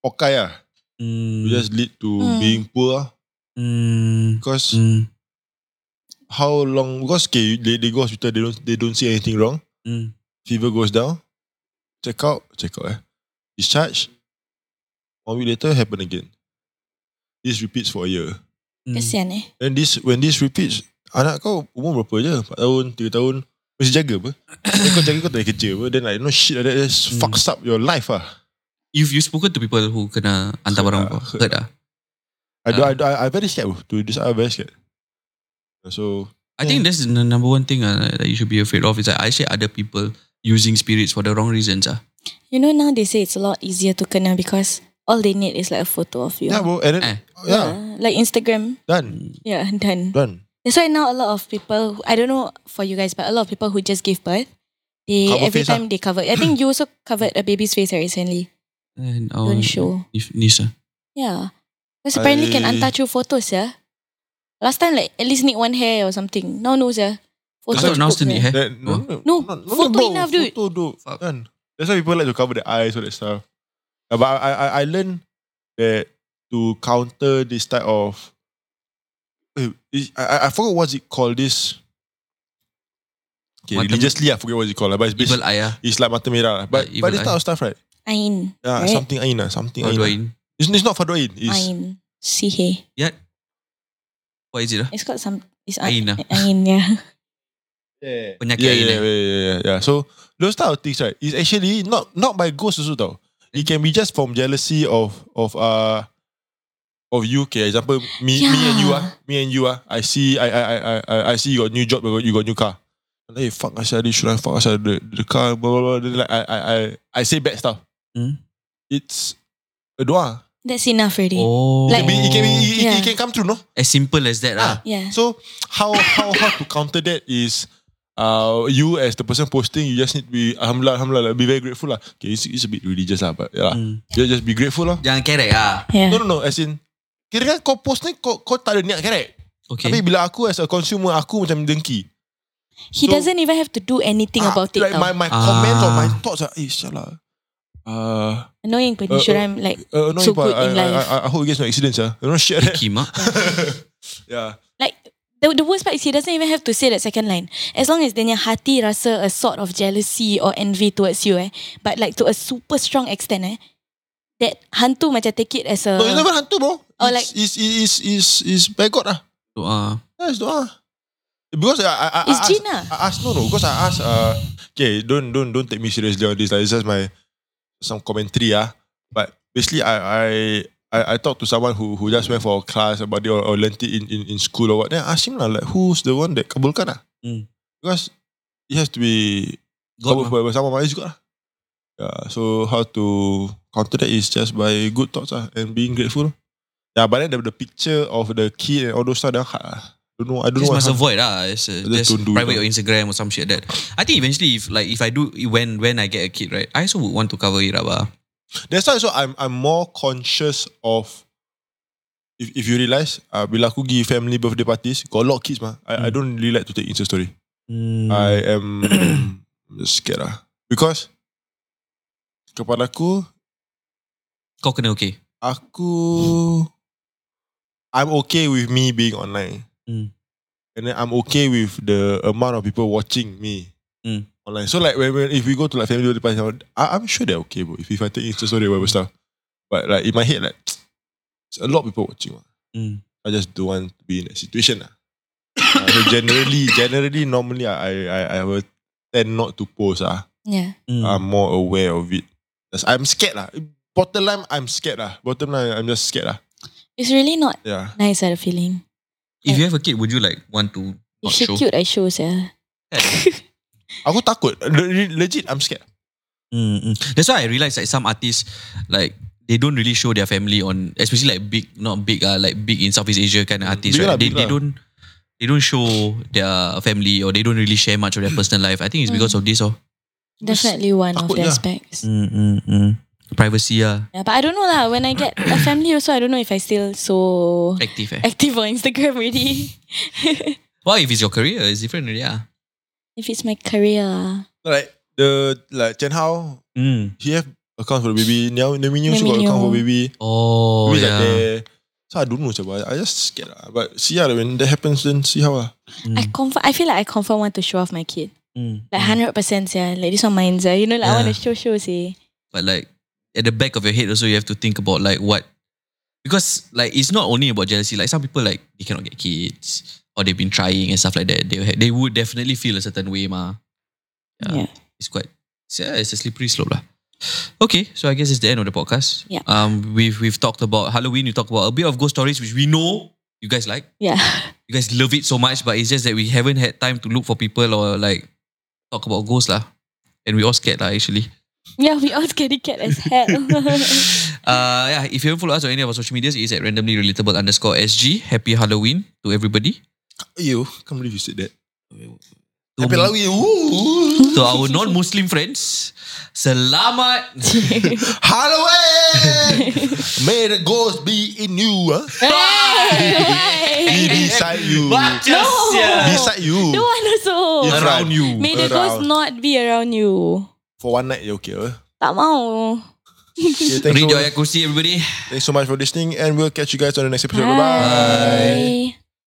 S5: pokai ah.
S4: Mm,
S5: will just lead to
S8: Mm.
S5: being poor ah.
S4: mm,
S5: because
S4: mm,
S5: how long because okay, they, they go hospital they don't they don't see anything wrong
S4: mm.
S5: fever goes down check out check out eh discharge one week later happen again this repeats for a year
S4: mm.
S8: Kesian eh.
S5: and this when this repeats anak kau umur berapa je 4 tahun 3 tahun mesti jaga apa then kau jaga kau tak ada kerja apa then like no shit like that just
S4: Mm.
S5: fucks up your life ah
S4: You've you spoken to people who kena hantar
S5: Heard
S4: barang
S5: ah,
S4: before?
S5: heard.
S4: Heard ah.
S5: I, do,
S4: Ah.
S5: I, do, I, I very scared bro. to this I very scared so
S4: I think that's the number one thing ah that you should be afraid of is that actually other people using spirits for the wrong reasons ah.
S8: You know now they say it's a lot easier to kena because all they need is like a photo of you.
S5: yeah bro and then
S4: Eh.
S5: yeah
S8: Like Instagram.
S5: done
S8: Yeah, done.
S5: done
S8: That's why now a lot of people, who- I don't know for you guys, but a lot of people who just give birth, they
S5: Cover
S8: every
S5: face ah.
S8: time they cover. I think you also covered a baby's face right, recently.
S4: And our
S8: Don't show.
S4: If ah, Nisa.
S8: Yeah, because Ya. apparently can
S5: I-
S8: untouch your photos, yeah. Last time like at least need one hair or something. Now no, ya. yeah.
S4: I thought now
S8: ya.
S4: still need hair.
S5: That, no, no,
S8: No,
S5: not-
S8: photo
S5: bro,
S8: enough, dude.
S5: Photo, dude.
S4: Oh. Fuck.
S5: Done. That's why people like to cover their eyes, all that stuff. Uh, But I, I, I learned that to counter this type of, Eh, is- I, I- I forgot what's it called. This okay,
S4: Mata-
S5: religiously, I forget what's it called. lah, But it's,
S4: Evil
S5: basi-
S4: eye ah.
S5: it's like mata merah, lah. but
S4: Uh, evil
S5: but
S4: eye.
S5: this type of stuff, right?
S8: Ain.
S5: Yeah,
S8: right?
S5: something ain, lah, something
S4: Or
S5: ain.
S4: do
S5: lah.
S4: I in?
S5: It's, it's not fadoin. It's
S8: Ain. Sihe.
S4: Yat. What is it ah?
S5: Eh.
S8: It's got some. It's
S4: Ain
S8: ain. ya.
S4: ah.
S8: Ain. Yeah.
S5: Yeah.
S4: Penyakit
S5: yeah,
S4: lain, eh?
S5: yeah, yeah, yeah, yeah, yeah. So those type of things, right? Is actually not not by ghost also tau. It can be just from jealousy of of uh of you. Okay, example me me and you ah, me and you ah. I see I I I I- I I see you got new job, you got, you got new car. I'm Like, hey, fuck I this, should I fuck I the, the car, blah blah blah. Then like I I I I say bad stuff.
S4: Hmm.
S5: It's a dua.
S8: That's enough already.
S4: Oh.
S5: ah. It,
S8: Like-
S5: be, it can be it,
S8: Yeah.
S5: it can come true, no?
S4: as simple as that lah.
S8: Yeah.
S5: So how how how to counter that is uh you as the person posting you just need to be alhamdulillah alhamdulillah like, be very grateful lah. Okay, it's, it's a bit religious lah, but yeah, lah.
S4: Hmm.
S5: just just be grateful lah.
S4: Jangan kerek ah.
S8: yeah.
S5: No no no, as in kira kan kau post ni kau kau tak ada niat correct.
S4: Okay.
S5: Okay. Tapi bila aku as a consumer aku macam dengki.
S8: He
S5: so-
S8: doesn't even have to do anything
S5: Ah,
S8: about it.
S5: Like
S8: tau.
S5: my my comments or
S4: Ah.
S5: my thoughts are eh salah. Uh,
S8: Annoying, but
S5: Uh,
S8: sure
S5: uh,
S8: I'm like,
S5: uh, no,
S8: So
S5: but
S8: good in
S5: I, I,
S8: life.
S5: I, I hope you guys no accidents ah. You know shit. eh?
S4: Kima.
S5: yeah.
S8: like the, the worst part is he doesn't even have to say that second line. As long as then your hati rasa a sort of jealousy or envy towards you, eh, but like to a super strong extent, eh, that hantu macam take it as a
S5: No, it's never hantu bro.
S8: Oh,
S5: it's,
S8: like-
S5: it's it's it's it's by God ah.
S4: Doa.
S5: Yeah, it's doa. Because I, I, I,
S8: It's
S5: I ask,
S8: jin lah.
S5: I ask no no because I ask uh okay don't don't don't take me seriously on this like it's just my some commentary ah but basically I I I, I talked to someone who who just went for a class about it or, or learnt it in, in, in school or what then I asked him lah like who's the one that kabulkan ah
S4: Hmm.
S5: because it has to be
S4: God.
S5: kabul
S4: mah.
S5: by, by someone is God lah ah. yeah so how to counter that is just by good thoughts ah and being grateful yeah but then the, the picture of the kid and all those stuff that hard ah don't know I don't
S4: Just
S5: know what
S4: must
S5: happened.
S4: avoid lah. It's, uh,
S5: Just
S4: just
S5: don't do it
S4: private your
S5: lah.
S4: Instagram or some shit like that. I think eventually, if like if I do when when I get a kid, right, I also would want to cover it up. ah.
S5: That's why so I'm I'm more conscious of if if you realise uh, bila aku give family birthday parties got a lot of kids mah I, I don't really like to take Insta story
S4: Hmm.
S5: I am just scared lah because kepada aku
S4: Kau kena okay.
S5: aku I'm okay with me being online
S4: Hmm.
S5: and then I'm okay with the amount of people watching me
S4: Hmm.
S5: online so like when, when if we go to like family birthday parties I, I'm sure they're okay bro if, if I take Insta story whatever stuff but like in my head like it's a lot of people watching mah.
S4: Hmm.
S5: I just don't want to be in that situation lah Uh, so generally generally normally I I, I, I will tend not to post ah
S8: yeah.
S4: Mm.
S5: I'm more aware of it. That's- I'm scared lah. Bottom line, I'm scared lah. Bottom line, I'm just scared lah.
S8: It's really not
S5: Yeah.
S8: nice at a feeling.
S4: if you have a kid, would you like want to not
S8: If she
S4: show?
S8: cute, I show yeah.
S5: Aku takut. Le- Legit, I'm scared.
S4: Mm, mm. That's why I realized like some artists like they don't really show their family on especially like big not big uh, like big in Southeast Asia kind of artists
S5: Big
S4: right?
S5: lah,
S4: they,
S5: big
S4: they
S5: lah.
S4: don't they don't show their family or they don't really share much of their personal life. I think it's because of this oh.
S8: Definitely one of
S5: takut je.
S8: the aspects.
S4: Mm, mm, mm. Privacy ah
S8: Yeah, but I don't know lah. When I get a family also, I don't know if I still so
S4: active eh.
S8: active on Instagram already.
S4: Well if it's your career it's different already ah.
S8: if it's my career, lah.
S5: Like, the, like, Chen Hao,
S4: Mm.
S5: he have account for the baby. Niao, Naomi Neo, she
S8: Naomi
S5: got account
S8: Neo.
S5: for baby.
S4: Oh
S5: Baby's like
S4: yeah.
S5: there. So I don't know, Chabah. I just scared lah. But see lah, when that happens, then see how lah.
S8: I confirm. I feel like I confirm want to show off my kid.
S4: Mm.
S8: Like hundred percent, yeah. Like this one mine, yeah. You know, like I want to
S4: Yeah.
S8: show, show, say.
S4: but like at the back of your head also you have to think about like what because like it's not only about jealousy like some people like they cannot get kids or they've been trying and stuff like that they they would definitely feel a certain way ma
S8: Yeah.
S4: it's quite it's, yeah, it's a slippery slope lah okay so I guess it's the end of the podcast
S8: Yeah.
S4: um we've we've talked about Halloween you talked about a bit of ghost stories which we know you guys like
S8: Yeah,
S4: you guys love it so much but it's just that we haven't had time to look for people or like talk about ghosts lah and we all scared lah actually
S8: yeah. We all scaredy cat as hell.
S4: uh, yeah, if you haven't follow us on any of our social medias, it's at randomly relatable underscore SG. Happy Halloween to everybody.
S5: You can't believe you said that.
S4: To,
S5: Happy Halloween. Woo!
S4: to our non-Muslim friends, selamat.
S5: Halloween! May the ghost be in you. Huh? Be beside you. Beside you.
S8: no one also.
S5: If-
S4: Oh, Around you.
S8: May the
S5: Around.
S8: ghost not be around you.
S5: For one night, you okay. Huh?
S8: Tak mau.
S5: Okay, thanks,
S4: Read
S5: so,
S4: your kursi, everybody.
S5: thanks so much for listening, and we'll catch you guys on the next episode. Bye-bye.
S8: Bye.